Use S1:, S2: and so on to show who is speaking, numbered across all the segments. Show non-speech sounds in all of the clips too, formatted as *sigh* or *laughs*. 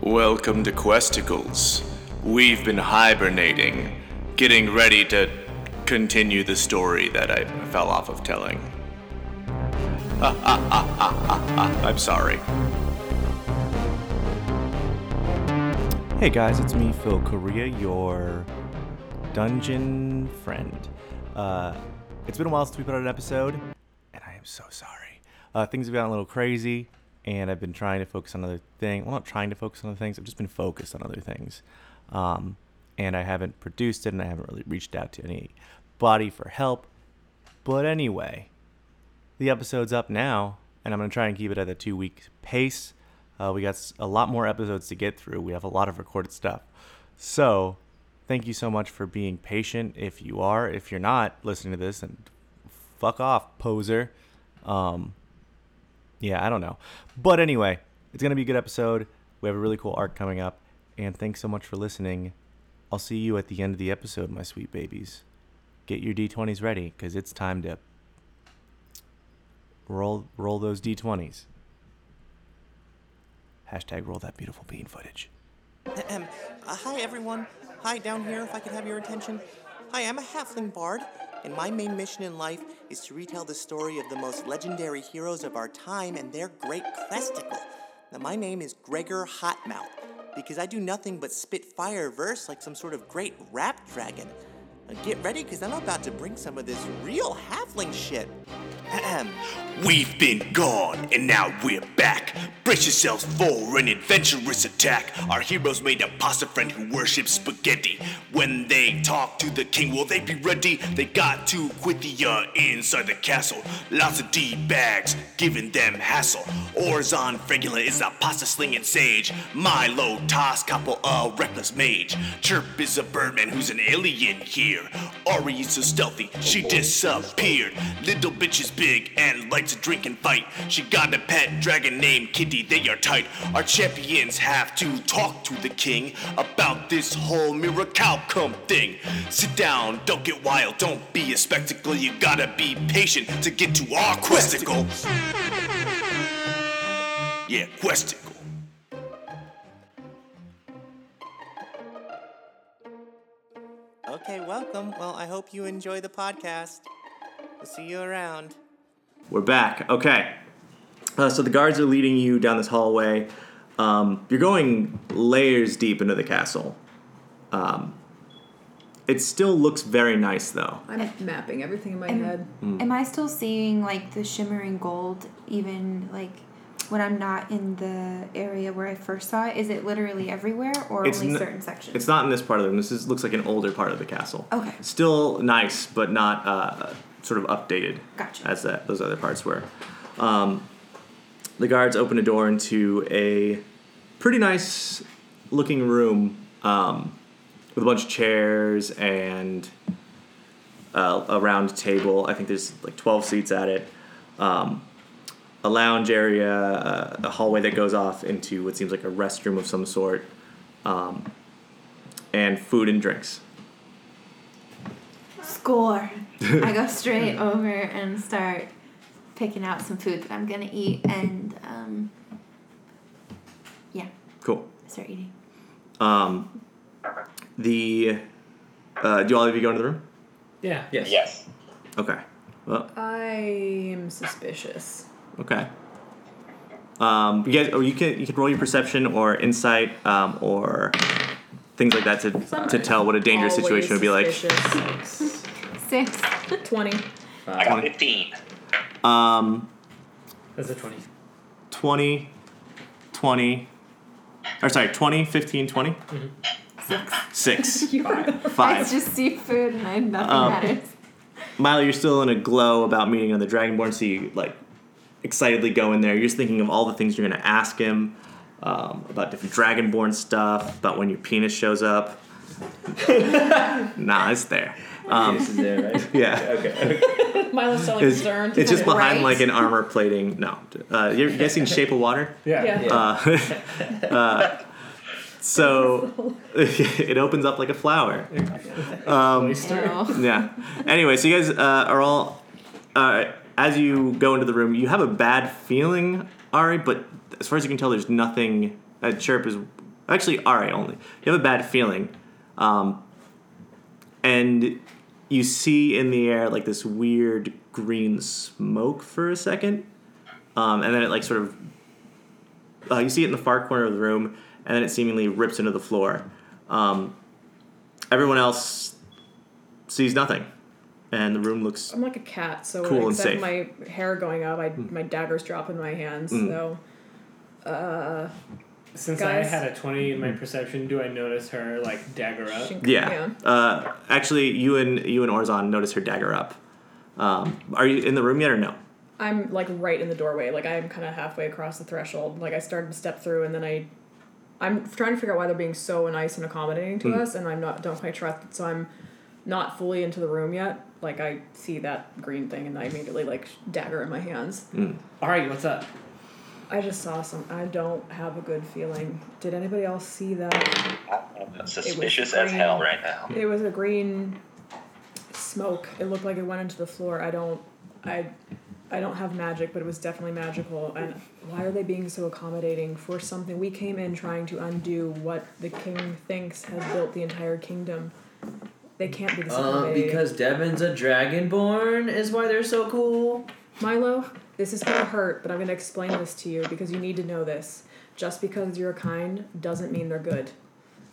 S1: Welcome to Questicles. We've been hibernating, getting ready to continue the story that I fell off of telling. *laughs* I'm sorry.
S2: Hey guys, it's me, Phil Korea, your dungeon friend. Uh, it's been a while since we put out an episode, and I am so sorry. Uh, things have gotten a little crazy, and I've been trying to focus on other things. Well, not trying to focus on other things, I've just been focused on other things. Um, and I haven't produced it, and I haven't really reached out to anybody for help. But anyway, the episode's up now, and I'm going to try and keep it at a two week pace. Uh, we got s- a lot more episodes to get through. We have a lot of recorded stuff. So, thank you so much for being patient. If you are, if you're not listening to this, then fuck off, poser. Um, yeah, I don't know. But anyway, it's going to be a good episode. We have a really cool arc coming up. And thanks so much for listening. I'll see you at the end of the episode, my sweet babies. Get your D20s ready because it's time to roll roll those d20s hashtag roll that beautiful bean footage
S3: Ahem. Uh, hi, everyone. Hi, down here, if I could have your attention. Hi, I'm a halfling bard, and my main mission in life is to retell the story of the most legendary heroes of our time and their great questicle. Now, my name is Gregor Hotmouth, because I do nothing but spit fire verse like some sort of great rap dragon. Now, get ready, because I'm about to bring some of this real halfling shit. *clears throat* Ahem.
S1: We've been gone, and now we're back. Brace yourselves for an adventurous attack. Our heroes made a pasta friend who worships spaghetti. When they talk to the king, will they be ready? They got to Quithia inside the castle. Lots of D-bags giving them hassle. Orzon Fregula is a pasta slinging sage. Milo Toss couple a reckless mage. Chirp is a birdman who's an alien here. Ari is so stealthy, she disappeared. Little bitch is big and likes to drink and fight. She got a pet dragon named Kitty, they are tight. Our champions have to talk to the king about this whole miracalcum thing. Sit down, don't get wild, don't be a spectacle. You gotta be patient to get to our questicle. Yeah, questicle.
S3: Okay, welcome. Well, I hope you enjoy the podcast. We'll see you around.
S4: We're back. Okay. Uh, so the guards are leading you down this hallway. Um, you're going layers deep into the castle. Um, it still looks very nice, though.
S5: I'm mapping everything in my head.
S4: Mm.
S6: Am I still seeing like the shimmering gold even like when I'm not in the area where I first saw it? Is it literally everywhere or only
S4: n-
S6: certain sections?
S4: It's not in this part of the room. This is, looks like an older part of the castle.
S6: Okay.
S4: Still nice, but not uh, sort of updated.
S6: Gotcha.
S4: As that those other parts were. Um, the guards open a door into a pretty nice looking room um, with a bunch of chairs and uh, a round table. I think there's like 12 seats at it. Um, a lounge area, uh, a hallway that goes off into what seems like a restroom of some sort Um, and food and drinks. *laughs*
S6: Score. I go straight over and start picking out some food that I'm gonna eat and um yeah,
S4: Cool.
S6: start eating.
S4: Um, The uh, do all of you go into the room?
S7: Yeah.
S4: Yes. Yes. Okay. Well,
S5: I'm suspicious.
S4: okay. Um, you guys, oh, you can you can roll your perception or insight um, or things like that to to tell what a dangerous situation would be like.
S5: like.
S6: Six.
S5: 20.
S8: I got 15.
S4: Um,
S7: That's a 20.
S4: 20, 20, or sorry, 20, 15, 20? Six. Six.
S6: It's
S4: Five.
S6: just seafood and I nothing
S4: Um,
S6: matters.
S4: Milo, you're still in a glow about meeting another Dragonborn, so you like excitedly go in there. You're just thinking of all the things you're gonna ask him um, about different Dragonborn stuff, about when your penis shows up. *laughs* nah, it's there. Um,
S9: This is there, right?
S4: *laughs* yeah,
S5: Milo's so
S4: it's,
S5: concerned.
S4: it's just behind
S6: Right.
S4: like an armor plating. No, uh, you're guessing Shape of Water.
S7: Yeah.
S5: yeah.
S4: Uh, uh, so *laughs* it opens up like a flower.
S6: Ew.
S4: yeah. Anyway, so you guys uh, are all uh, as you go into the room, you have a bad feeling, Ari, but as far as you can tell, there's nothing. Uh, Chirp is actually Ari only. You have a bad feeling, um, and you see in the air like this weird green smoke for a second, um, and then it like sort of uh, you see it in the far corner of the room, and then it seemingly rips into the floor. Um, everyone else sees nothing, and the room looks
S5: I'm like a cat, so
S4: Cool and safe. Mm.
S5: except my hair going up, I my daggers drop in my hands. So
S7: Since
S5: Guys.
S7: I had a 20 in my
S4: Mm-hmm.
S7: perception, do I notice her, like, dagger up?
S5: she-
S4: Yeah. Uh, actually, you and you and Orzon notice her dagger up. Um, are you in the room yet or no?
S5: I'm like right in the doorway. Like I'm kind of halfway across the threshold. Like I started to step through, and then I, I'm trying to figure out why they're being so nice and accommodating
S4: Mm.
S5: to us, and I'm not don't quite trust. So I'm not fully into the room yet. Like I see that green thing, and I immediately like dagger in my hands.
S7: Alright, what's up?
S5: I just saw some. I don't have a good feeling. Did anybody else see that?
S8: Suspicious as hell right now.
S5: It was a green smoke. It looked like it went into the floor. I don't. I. I don't have magic, but it was definitely magical. And why are they being so accommodating for something? We came in trying to undo what the king thinks has built the entire kingdom. They can't be this
S9: Uh,
S5: accommodating.
S9: because Devin's a dragonborn is why they're so cool.
S5: Milo, this is gonna hurt, but I'm gonna explain this to you because you need to know this. Just because you're kind doesn't mean they're good.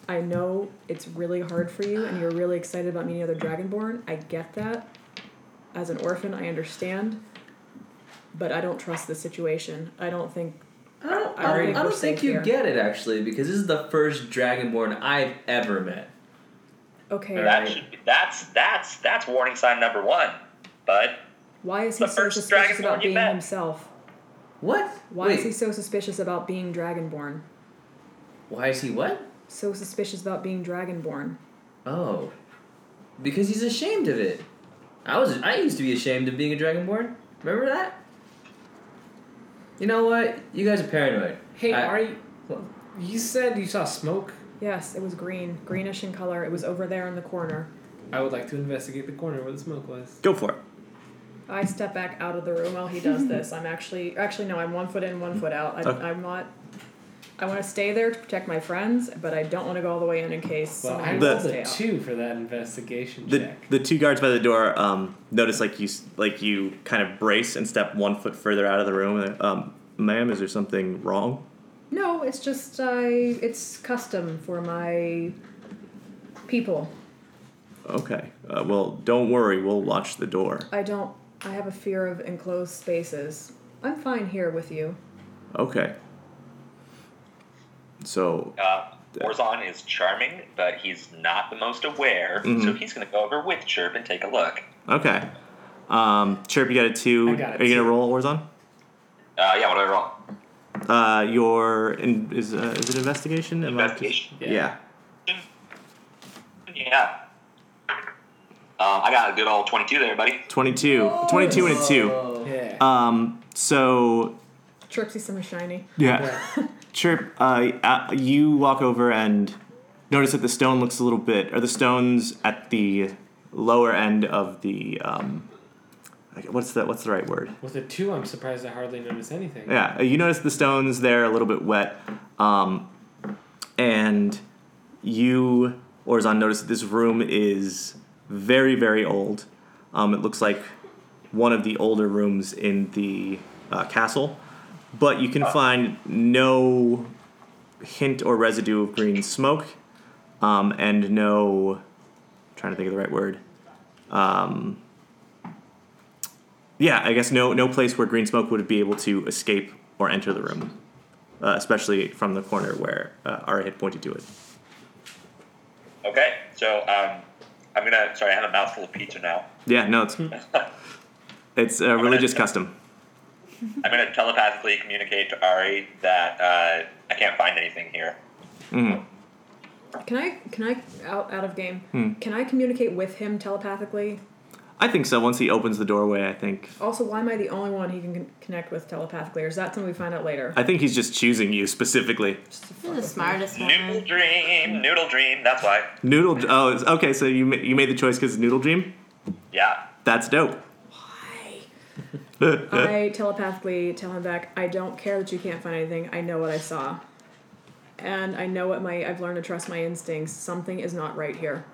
S5: I know it's really hard for you and you're really excited about meeting other Dragonborn. I get that. As an orphan, I understand. But I don't trust the situation. I don't think
S9: I don't,
S5: I don't
S9: I don't,
S5: think
S9: I
S5: we're
S9: don't think
S5: safe
S9: you
S5: here.
S9: get it actually because this is the first dragonborn I've ever met.
S5: okay,
S8: That should be, that's that's that's warning sign number one, bud.
S5: why is he
S8: The
S5: so
S8: first
S5: suspicious
S8: Dragonborn
S5: about
S8: you
S5: being
S8: met.
S5: himself?
S9: What?
S5: Why
S9: Wait,
S5: is he so suspicious about being Dragonborn?
S9: why is he what?
S5: So suspicious about being Dragonborn.
S9: Oh, because he's ashamed of it. I was I used to be ashamed of being a dragonborn. Remember that? You know what? You guys are paranoid.
S7: Hey,
S9: I-
S7: Ari,
S9: Well,
S7: you said you saw smoke.
S5: Yes, it was green, greenish in color. It was over there in the corner.
S7: I would like to investigate the corner where the smoke was.
S4: Go for it.
S5: I step back out of the room while he does this. I'm actually, actually no, I'm one foot in, one foot out. I,
S4: Okay.
S5: I'm not. I want to stay there to protect my friends, but I don't want to go all the way in in case
S7: Well, I
S5: someone
S4: The-
S7: rolled
S5: else
S7: a
S5: stay out.
S7: two for that investigation
S4: The
S7: check.
S4: the two guards by the door um, notice like you s- like you kind of brace and step one foot further out of the room. and, Um, Ma'am, is there something wrong?
S5: No, it's just I. It's custom for my people.
S4: Okay. Uh, well, don't worry. We'll watch the door.
S5: I don't. I have a fear of enclosed spaces. I'm fine here with you.
S4: Okay. So
S8: Uh, Orzon is charming, but he's not the most aware, so he's gonna go over with Chirp and take a look.
S4: okay. Um, Chirp, you got a two.
S7: I got a
S4: Are you
S7: two.
S4: gonna roll Warzone?
S8: Uh, yeah, what do I roll?
S4: Uh, your in, is uh, is it investigation? Am I-
S8: Investigation.
S4: Yeah.
S8: Yeah. Um, I got a good old twenty-two there, buddy.
S4: 22. 22 and a 2.
S9: Oh.
S7: Yeah.
S4: Um, so,
S5: Trixie, some shiny.
S4: yeah. *laughs* Chirp, uh, uh, you walk over and notice that the stone looks a little bit, or the stones at the lower end of the, um, like, what's the, what's the right word?
S7: With a two, I'm surprised I hardly noticed anything.
S4: Yeah, you notice the stones there a little bit wet, um, and you Orzon notice that this room is very very old. Um, it looks like one of the older rooms in the uh, castle, but you can find no hint or residue of green smoke, um, and no trying to think of the right word. Um, yeah, I guess no no place where green smoke would be able to escape or enter the room, uh, especially from the corner where uh, Ari had pointed to it.
S8: Okay, so um, I'm gonna. Sorry, I have a mouthful of pizza now.
S4: Yeah, no, it's it's a religious custom.
S8: I'm gonna telepathically communicate to Ari that uh, I can't find anything here.
S5: Can I? Can I? Out, out of game. Can I communicate with him telepathically?
S4: I think so. Once he opens the doorway, I think
S5: Also, why am I the only one he can con- connect with telepathically? Or is that something we find out later?
S4: I think he's just choosing you specifically.
S6: You're the smartest
S8: Noodle
S6: one.
S8: dream, noodle dream. That's why.
S4: Noodle. Oh, it's- okay. So you ma- you made the choice because Noodle Dream.
S8: Yeah.
S4: That's dope.
S5: I telepathically tell him back, I don't care that you can't find anything. I know what I saw. and I know what my I've learned to trust my instincts. Something is not right here.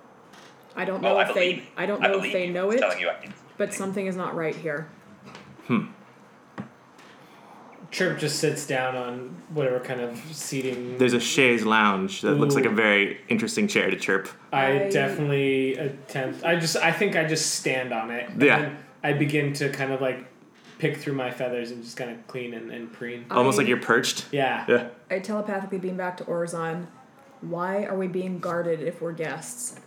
S5: I don't know
S8: Oh, I
S5: if
S8: believe.
S5: they I don't
S8: I
S5: know if
S8: believe
S5: they
S8: you.
S5: know
S8: I'm
S5: it,
S8: Telling you, I can-
S5: but something is not right here.
S7: Chirp just sits down on whatever kind of seating.
S4: There's a chaise lounge that looks like a
S7: Ooh.
S4: very interesting chair to chirp.
S7: I,
S5: I-
S7: definitely attempt. I just. I think I just stand on it. and
S4: Yeah.
S7: then I begin to kind of like pick through my feathers and just kind of clean and, and preen.
S4: Almost
S5: I-
S4: like you're perched.
S7: Yeah.
S4: Oh. Yeah.
S5: I telepathically beam back to Orzon. Why are we being guarded if we're guests?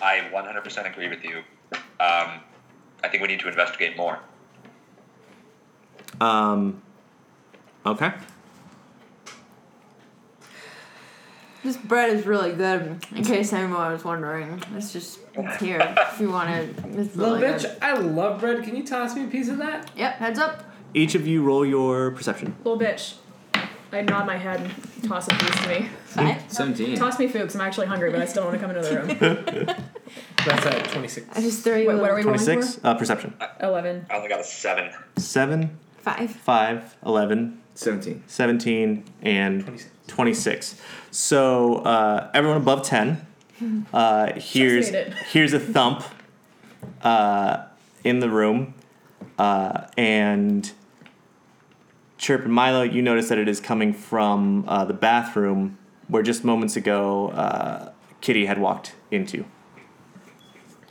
S8: I 100% agree with you. Um, I think we need to investigate more.
S4: Um, okay.
S6: This bread is really good. In case anyone was wondering, it's just it's here if you want to. It's
S7: Little
S6: really
S7: bitch,
S6: good.
S7: I love bread. Can you toss me a piece of that?
S6: Yep, heads up.
S4: Each of you roll your perception.
S5: Little bitch. I nod my head and toss a piece to me.
S6: Five.
S9: Seventeen.
S5: Toss me food because I'm actually hungry, but I still want to come into the room.
S7: That's at 26.
S6: I just threw you.
S5: Wait,
S6: a
S5: what are we
S6: little-
S5: rolling for?
S4: 26, uh, perception.
S5: Eleven.
S8: I only got a seven.
S4: 7,
S6: Five.
S4: 5, 11,
S9: Seventeen.
S4: 17, and
S7: 26.
S4: 26. So uh, everyone above 10 uh, hears,
S5: made it. *laughs*
S4: hears a thump uh, in the room. Uh, and Chirp and Milo, you notice that it is coming from uh, the bathroom where just moments ago uh, Kitty had walked into.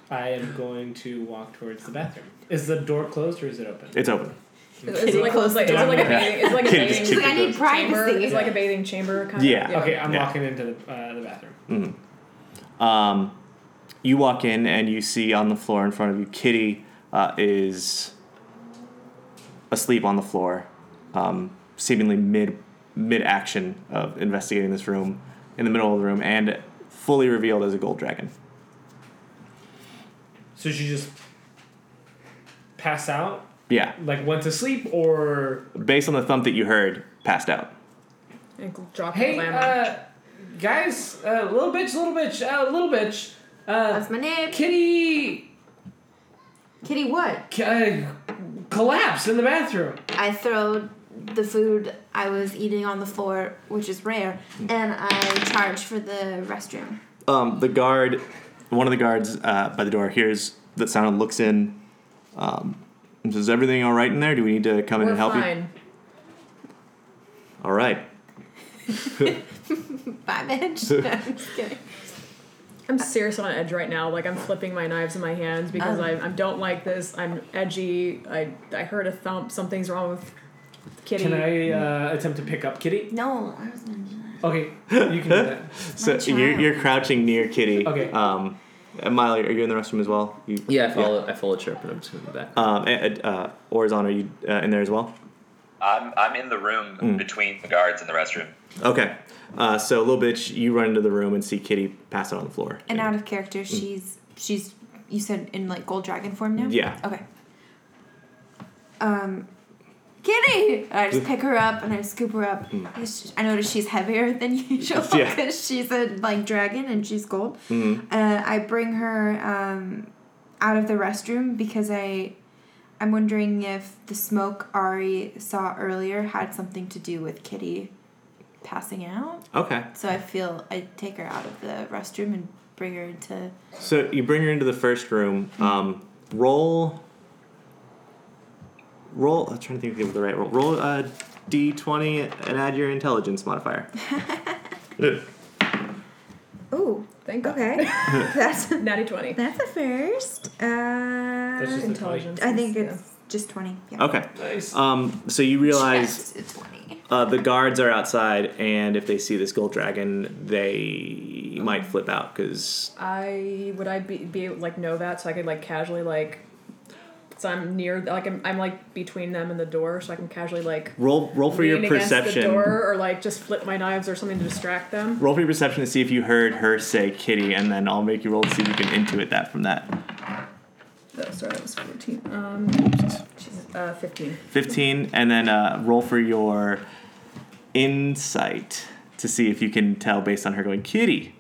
S7: I am going to walk towards the bathroom. Is the door closed or is it open?
S4: It's open.
S5: Is, is it like,
S6: close
S5: is like- is it like a
S7: door.
S5: bathing? Is it like a
S4: Kitty
S5: bathing
S4: just
S6: Like, I need
S5: chamber? Is it
S6: privacy.
S5: like a bathing chamber kind
S4: Yeah.
S5: of?
S7: Okay, I'm
S4: Yeah.
S7: walking into the, uh, the bathroom.
S4: Um, you walk in and you see on the floor in front of you, Kitty uh, is asleep on the floor, um, seemingly mid mid action of investigating this room, in the middle of the room, and fully revealed as a gold dragon.
S7: So she just pass out?
S4: Yeah,
S7: Like went to sleep or.
S4: based on the thump that you heard, passed out.
S5: And gl- drop
S7: Hey,
S5: the lamb.
S7: uh, guys, uh, little bitch, little bitch, uh, little bitch. Uh,
S6: That's my name.
S7: kitty
S6: Kitty, what?
S7: c- uh, collapsed in the bathroom.
S6: I throw the food I was eating on the floor, which is rare, and I charge for the restroom.
S4: Um, the guard, one of the guards uh, by the door hears that sound and looks in. Um, and says, "Is everything all right in there? Do we need to come in
S5: We're
S4: and help you?"
S5: fine.
S4: All right.
S6: Bye, bitch. No, I'm
S5: *laughs*
S6: just kidding.
S5: I'm seriously on edge right now. Like I'm flipping my knives in my hands because
S6: Um.
S5: I, I don't like this. I'm edgy. I I heard a thump. Something's wrong with Kitty.
S7: Can I uh, attempt to pick up Kitty?
S6: *laughs* No, I was gonna do
S7: Okay, you can do that.
S4: So you're, you're crouching near Kitty.
S7: Okay.
S4: Um, and Miley, are you in the restroom as well? You,
S9: Yeah, I follow. I follow Chirp, and I'm just gonna go back.
S4: Um, and, uh, Orizon, are you uh, in there as well?
S8: I'm, I'm in the room
S5: Hmm.
S8: between the guards and the restroom.
S4: Okay. Uh, so little bitch, you run into the room and see Kitty pass out on the floor.
S6: And out of character,
S4: Mm.
S6: she's she's you said in like gold dragon form now.
S4: Yeah.
S6: Okay. Um, Kitty, And I just pick her up and I scoop her up. It's just- I notice she's heavier than *laughs* usual because
S4: Mm. Yeah. Mm-hmm.
S6: she's a like dragon and she's gold. Uh, I bring her um, out of the restroom because I. I'm wondering if the smoke Ari saw earlier had something to do with Kitty passing out.
S4: Okay.
S6: So I feel I take her out of the restroom and bring her into.
S4: So you bring her into the first room. Um, roll. Roll. I'm trying to think of the right roll. Roll a d20 and add your intelligence modifier.
S6: Ooh,
S5: Thank God.
S6: okay. that's
S5: Natty twenty.
S6: that's a first. Uh,
S7: That's just a
S5: Intelligence.
S6: I think
S5: Yeah.
S6: it's just twenty. Yeah.
S4: Okay.
S7: Nice.
S4: Um, so you realize
S6: Just a twenty.
S4: Uh, the guards are outside, and if they see this gold dragon, they might flip out because
S5: I would I be, be able to, like know that so I could like casually like so I'm near like I'm, I'm like between them and the door so I can casually like
S4: roll roll for your
S5: lean against the
S4: perception.
S5: door or like just flip my knives or something to distract them.
S4: Roll for your perception to see if you heard her say "kitty," and then I'll make you roll to see if you can intuit that from that.
S5: Oh, sorry, that was fourteen. Um, Jesus, uh, fifteen.
S4: Fifteen, and then uh, roll for your insight to see if you can tell based on her going "kitty."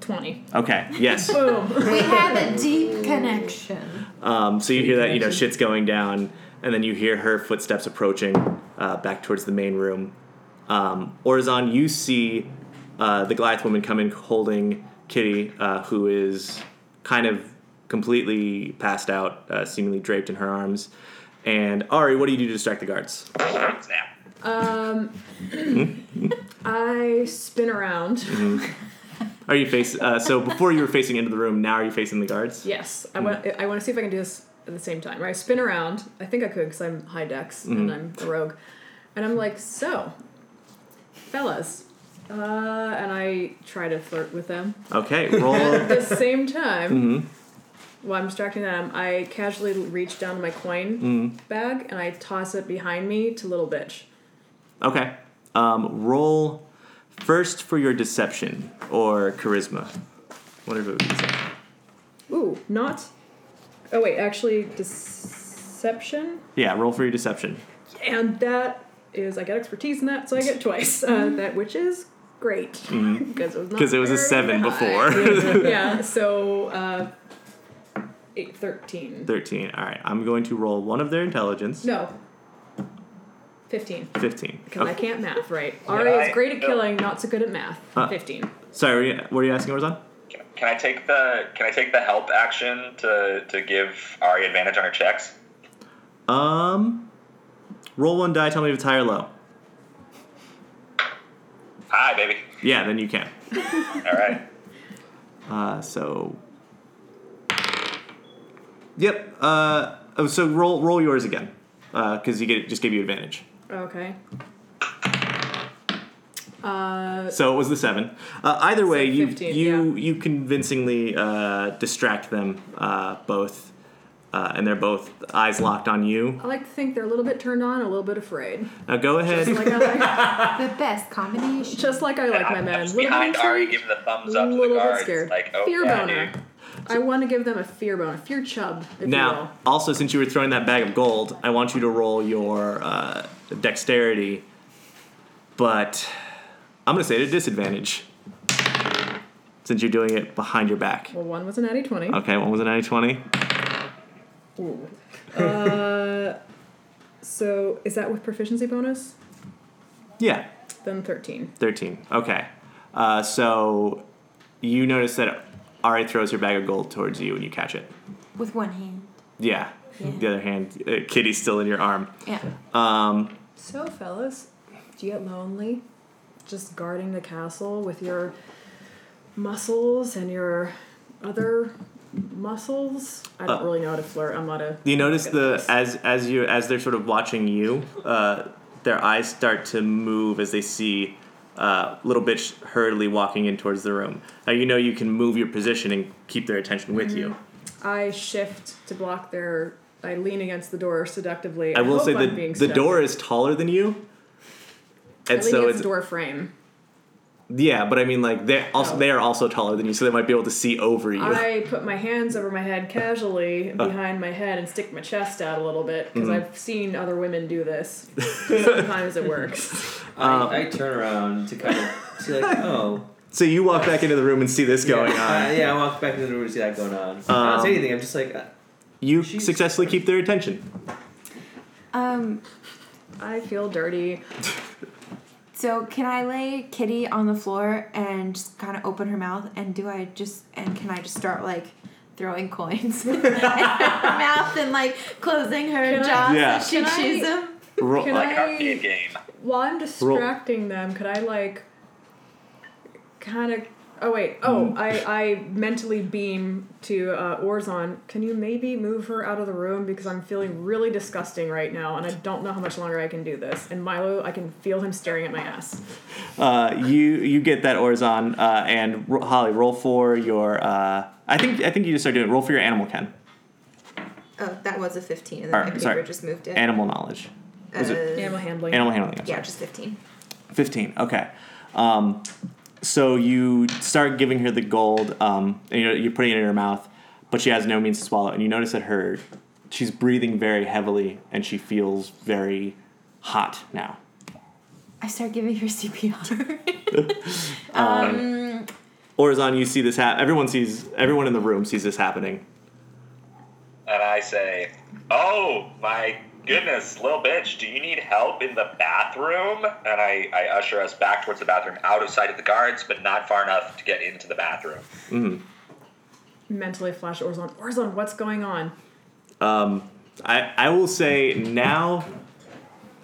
S5: Twenty.
S4: Okay, yes.
S5: Boom.
S6: We have a deep connection.
S4: Um, so you hear that, you know, shit's going down, and then you hear her footsteps approaching, uh, back towards the main room. Um, Orizon, you see uh, the Goliath woman come in holding Kitty, uh, who is kind of completely passed out, uh, seemingly draped in her arms. And Ari, what do you do to distract the guards?
S8: Snap.
S5: I spin around.
S4: Are you face? Uh, so before you were facing into the room, now are you facing the guards?
S5: Yes, I want. I want to see if I can do this at the same time. Right, I spin around. I think I could because I'm high dex and I'm a rogue, and I'm like, so, fellas, uh, and I try to flirt with them
S4: Okay, roll.
S5: *laughs* at the same time. While I'm distracting them, I casually reach down to my coin bag and I toss it behind me to little bitch.
S4: okay, um, roll first for your deception or charisma, whatever it is.
S5: Ooh, not. Oh wait, actually, deception.
S4: Yeah, roll for your deception.
S5: and that is I get expertise in that, so I get twice uh, that, which is great *laughs* because it was not
S4: Mm-hmm. Because it was a
S5: very
S4: seven
S5: high.
S4: before. *laughs*
S5: *laughs* yeah, so uh, eight, 13.
S4: 13. All right, I'm going to roll one of their intelligence.
S5: No, fifteen.
S4: 15.
S5: Because I
S4: Okay.
S5: can't math, right? Ari is
S8: I-
S5: great at
S8: no.
S5: killing, not so good at math.
S4: Huh.
S5: Fifteen.
S4: Sorry, were you, what are you asking, Orzon?
S8: Can, can I take the Can I take the help action to to give Ari advantage on her checks?
S4: Um, roll one die, tell me if it's high or low.
S8: Hi, baby.
S4: Yeah, then you can.
S8: All right.
S5: *laughs*
S4: Uh, so. Yep. Uh, oh, so roll roll yours again, because you get just gave you advantage.
S5: Okay. Uh,
S4: So it was the seven. Uh, either way, you
S5: 15,
S4: you you convincingly uh, distract them uh, both, uh, and they're both eyes locked on you.
S5: I like to think they're a little bit turned on, a little bit
S8: *laughs*
S5: afraid.
S4: Now go ahead.
S5: Like I like,
S6: The best combination.
S5: just like I like my
S8: I'm
S5: men.
S8: just
S5: Little bit
S8: behind Ari,
S5: intrigued.
S8: giving the thumbs up to the
S5: little bit
S8: guards.
S5: scared.
S8: Like, oh
S5: fear
S8: yeah,
S5: boner.
S8: dude.
S5: I want to give them a fear boner, fear chub, if you
S4: *laughs*
S5: will.
S4: Now, also since you were throwing that bag of gold, I want you to roll your uh, dexterity, but I'm gonna say at a disadvantage since you're doing it behind your back.
S5: Well, one was an natty twenty.
S4: Okay, one was a 90
S5: Ooh. uh, *laughs* so is that with proficiency bonus?
S4: Yeah,
S5: Then thirteen.
S4: 13. Okay. Uh, so you notice that Ari throws her bag of gold towards you and you catch it.
S6: With one hand.
S4: Yeah.
S6: Yeah.
S4: The other hand, uh, Kitty's still in your arm.
S6: Yeah.
S4: Um,
S5: So, fellas, do you get lonely just guarding the castle with your muscles and your other muscles? I don't
S4: Uh,
S5: really know how to flirt. I'm not a.
S4: You notice
S5: I'm not good
S4: the
S5: at this.
S4: as as you as they're sort of watching you, uh, their eyes start to move as they see uh, little bitch hurriedly walking in towards the room. Now you know you can move your position and keep their attention with you.
S5: Mm-hmm. I shift to block their. I lean against the door seductively.
S4: I will
S5: hope
S4: say
S5: I'm being
S4: that the door
S5: seductive.
S4: is taller than you,
S5: I
S4: and
S5: lean
S4: so
S5: against
S4: it's
S5: the door frame.
S4: yeah. But I mean, like they are also
S5: Oh.
S4: they are also taller than you, so they might be able to see over you.
S5: I put my hands over my head casually behind my head and stick my chest out a little bit
S4: Mm-hmm.
S5: because I've seen other women
S4: *laughs*
S5: do this. Sometimes it works.
S9: Um, I, I turn around to kind of see
S5: *laughs*
S9: like, oh.
S4: so you walk back into the room and see this going
S9: yeah,
S4: on. Um,
S9: Uh, *laughs* yeah, I walked back into the room to see that going on. I don't say anything. I'm just like, uh,
S4: You
S9: She's-
S4: successfully keep their
S9: *laughs*
S4: attention.
S6: Um,
S5: I feel dirty.
S6: so can I lay Kitty on the floor and just kind of open her mouth and do I just and can I just start like throwing *laughs* coins in her mouth and like closing her
S5: Can I-
S6: jaw
S4: Yeah.
S6: so she
S5: Can I-
S6: chews them?
S4: Ro-
S5: Can
S8: Like an arcade
S5: I,
S8: game.
S5: while I'm distracting them, could I like kind of? Oh wait. Oh,
S4: Mm-hmm.
S5: I I mentally beam to uh, Orzon. Can you maybe move her out of the room because I'm feeling really disgusting right now and I don't know how much longer I can do this. And Milo, I can feel him staring at my ass.
S4: Uh, you you get that Orzon uh, and ro- Holly roll for your. Uh, I think I think you just start doing it. roll for your animal ken.
S6: Oh, that was a 15 and then
S4: Or,
S6: my paper
S4: sorry,
S6: just moved it.
S4: Animal knowledge. Was it
S5: Animal handling.
S4: animal handling? I'm
S6: yeah,
S4: sorry.
S6: just 15.
S4: Fifteen. Okay. Um, so you start giving her the gold, um, and you're, you're putting it in her mouth, but she has no means to swallow. And you notice that her, she's breathing very heavily, and she feels very hot now.
S6: I start giving her *laughs* CPR.
S4: Orzon, you see this happen. Everyone sees. Everyone in the room sees this happening.
S8: And I say, oh my goodness, little bitch, do you need help in the bathroom? And I, I usher us back towards the bathroom, out of sight of the guards, but not far enough to get into the bathroom.
S5: Mentally flash Orzon. Orzon, what's going on?
S4: I, I will say now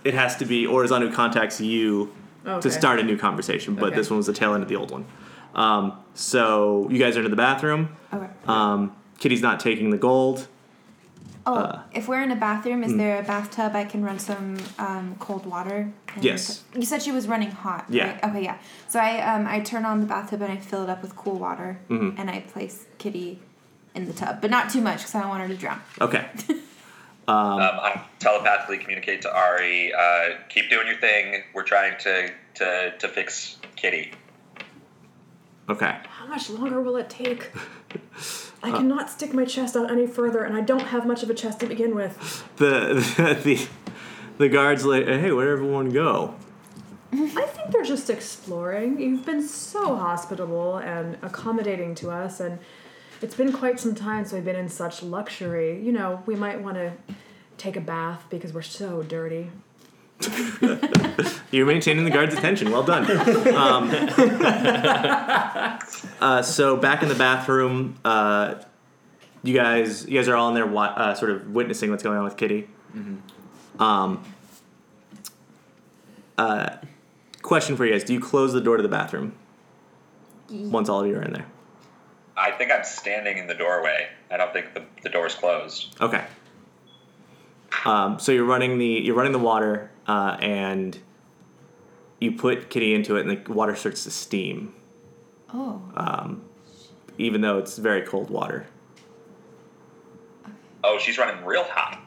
S4: it has to be Orizon who contacts you
S5: Okay.
S4: to start a new conversation, but
S5: Okay.
S4: this one was the tail end of the old one. Um, so you guys are in the bathroom.
S6: Okay.
S4: Um, Kitty's not taking the gold.
S6: Oh, if we're in a bathroom, is there a bathtub I can run some um, cold water? And-
S4: Yes.
S6: You said she was running hot.
S4: Yeah.
S6: right? Okay, yeah. So I um, I turn on the bathtub and I fill it up with cool water and I place Kitty in the tub, but not too much because I don't want her to drown.
S4: Okay.
S8: Um, I telepathically communicate to Ari, uh, keep doing your thing. We're trying to, to, to fix Kitty.
S4: Okay.
S5: How much longer will it take? I cannot stick my chest out any further, and I don't have much of a chest to begin with.
S4: The *laughs* the the guards like, hey, where'd everyone go?
S5: I think they're just exploring. You've been so hospitable and accommodating to us, and it's been quite some time since we've been in such luxury. You know, we might want to take a bath because we're so dirty.
S4: You're maintaining the guard's attention. Well done. Um, *laughs* uh, so back in the bathroom, uh, you guys, you guys are all in there, wa- uh, sort of witnessing what's going on with Kitty. Um, uh, question for you guys: Do you close the door to the bathroom once all of you are in there?
S8: I think I'm standing in the doorway. I don't think the, the door's closed.
S4: Okay. Um, so you're running the you're running the water, uh, and you put Kitty into it, and the water starts to steam.
S6: Oh.
S4: even though it's very cold water.
S8: Oh, she's running real hot.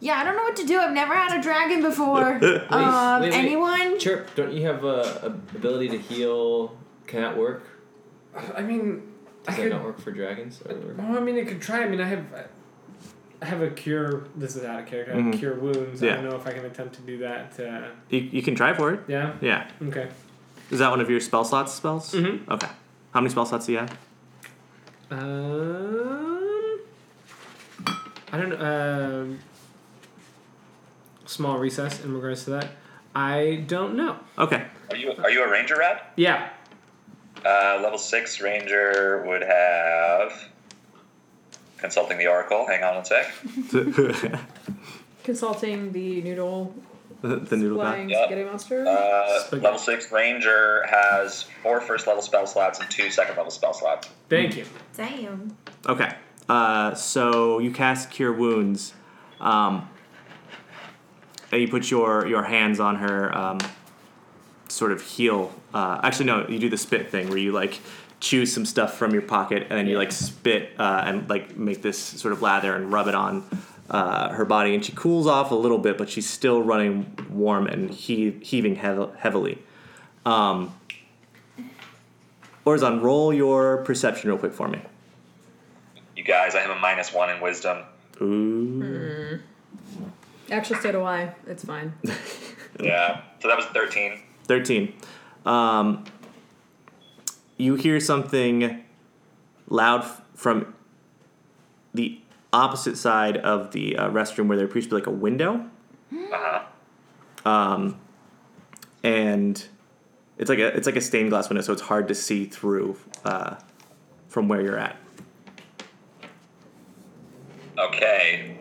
S6: yeah, I don't know what to do. I've never had a dragon before. um,
S9: wait, wait.
S6: anyone?
S9: Chirp, don't you have a, a ability to heal? Can that work?
S7: I mean, I
S9: Does that
S7: could.
S9: not work for dragons? Or work?
S7: Well, I mean, I could try. I mean, I have. I have a cure. This is out of character. I have cure wounds.
S4: Mm-hmm.
S7: I
S4: Yeah.
S7: don't know if I can attempt to do that. Uh,
S4: You, you can try for it.
S7: yeah.
S4: Yeah.
S7: Okay.
S4: Is that one of your spell slots spells?
S7: Mhm.
S4: Okay. How many spell slots do you have?
S7: Um, I don't know. Um, small recess in regards to that. I don't know.
S4: Okay. *laughs*
S8: Are you are you a ranger, Rad?
S7: Yeah.
S8: Uh, level six ranger would have consulting the oracle. Hang on one sec.
S4: the,
S5: Consulting the noodle
S4: the noodle guy.
S5: flying
S8: Yep.
S5: spaghetti monster.
S8: Uh,
S7: Spaghetti.
S8: level six ranger has four first level spell slots and two second level spell slots.
S7: Thank you.
S6: Damn.
S4: Okay. Uh, so you cast Cure Wounds, um, and you put your your hands on her, um, sort of heal. Uh, actually, no, you do the spit thing where you like choose some stuff from your pocket and then you like spit uh, and like make this sort of lather and rub it on uh, her body, and she cools off a little bit, but she's still running warm and he- heaving heav- heavily. Um, Orzon, roll your perception real quick for me.
S8: You guys, I have a minus one in wisdom.
S4: Ooh.
S5: Actually, so do I. It's fine.
S8: Yeah. So that was thirteen.
S4: 13. Um, you hear something loud f- from the opposite side of the uh, restroom where there appears to be like a window.
S8: Uh huh.
S4: Um, and it's like a it's like a stained glass window, so it's hard to see through uh, from where you're at.
S8: Okay.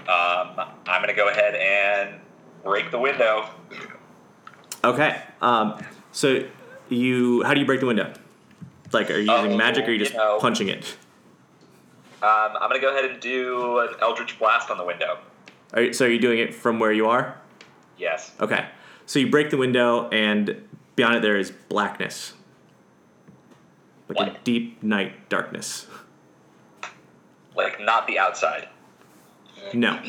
S8: Um, I'm gonna go ahead and break the window.
S4: Okay. Um, so you how do you break the window? Like, are you using
S8: Oh,
S4: magic, or are you just
S8: you know.
S4: punching it?
S8: Um, I'm gonna go ahead and do an eldritch blast on the window.
S4: Are you, so are you doing it from where you are?
S8: Yes.
S4: Okay. So you break the window, and beyond it, there is blackness. Like a
S8: What?
S4: deep night darkness.
S8: Like not the outside.
S4: No.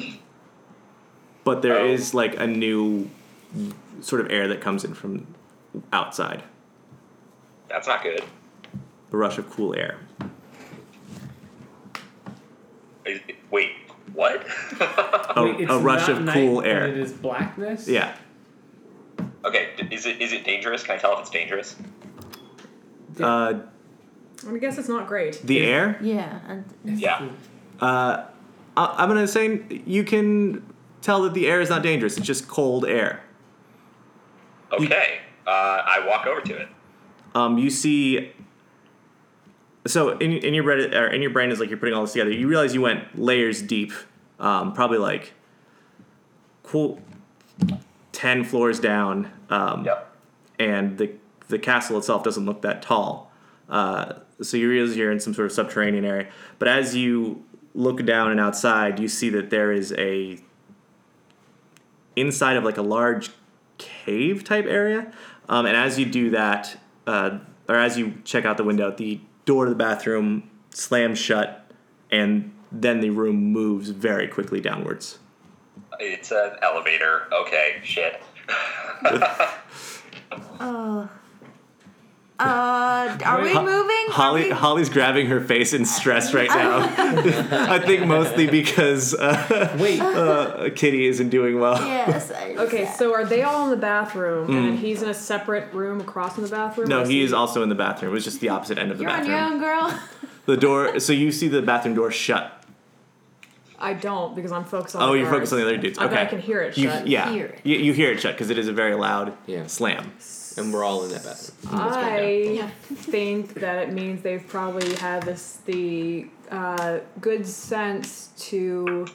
S4: But there
S8: Oh.
S4: is like a new sort of air that comes in from outside
S8: That's not good.
S4: the rush of cool air.
S8: Is- Wait, what? *laughs*
S4: A,
S7: Wait, it's
S4: a rush
S7: not
S4: of
S7: night,
S4: cool
S7: but It
S4: air.
S7: is blackness.
S4: Yeah.
S8: okay, d- is it is it dangerous? Can I tell if it's dangerous?
S4: Uh,
S5: I mean, I guess it's not great.
S4: the air?
S6: Yeah. And
S8: Yeah.
S4: Uh, I, I'm gonna say you can tell that the air is not dangerous. It's just cold air.
S8: Okay. Uh, I walk over to it.
S4: Um, you see. So in, in your brain, or in your brain is like you're putting all this together. You realize you went layers deep, um, probably like cool, ten floors down. Um,
S8: Yep.
S4: and the the castle itself doesn't look that tall. Uh, so you realize you're in some sort of subterranean area. But as you look down and outside, you see that there is a inside of like a large cave type area. Um, and as you do that, uh, or as you check out the window, the door to the bathroom slams shut, and then the room moves very quickly downwards.
S8: It's an elevator. Okay, shit.
S6: Oh. Uh, are we
S4: Ho-
S6: moving? *laughs*
S4: Holly,
S6: Are we-
S4: Holly's grabbing her face in stress right now. *laughs* I think mostly because uh, *laughs*
S7: Wait,
S4: uh, Kitty isn't doing well.
S6: yes. I-
S5: Okay, so are they all in the bathroom and then he's in a separate room across from the bathroom?
S4: Mm. No,
S5: Or
S4: he is also in the bathroom. It was just the opposite end of the
S6: You're on
S4: bathroom.
S6: your own, girl.
S4: The door. So you see the bathroom door shut.
S5: *laughs* I don't because I'm focused on.
S4: Oh,
S5: the
S4: you're
S5: guards.
S4: focused on the other dudes.
S5: I
S4: Okay.
S5: bet I can hear it
S4: You,
S5: shut.
S4: yeah.
S6: Hear it.
S4: You, you hear it shut because it is a very loud
S10: Yeah.
S4: slam.
S10: And we're all in that bathroom.
S5: I *laughs*
S6: Yeah.
S5: think that it means they've probably had this the uh, good sense to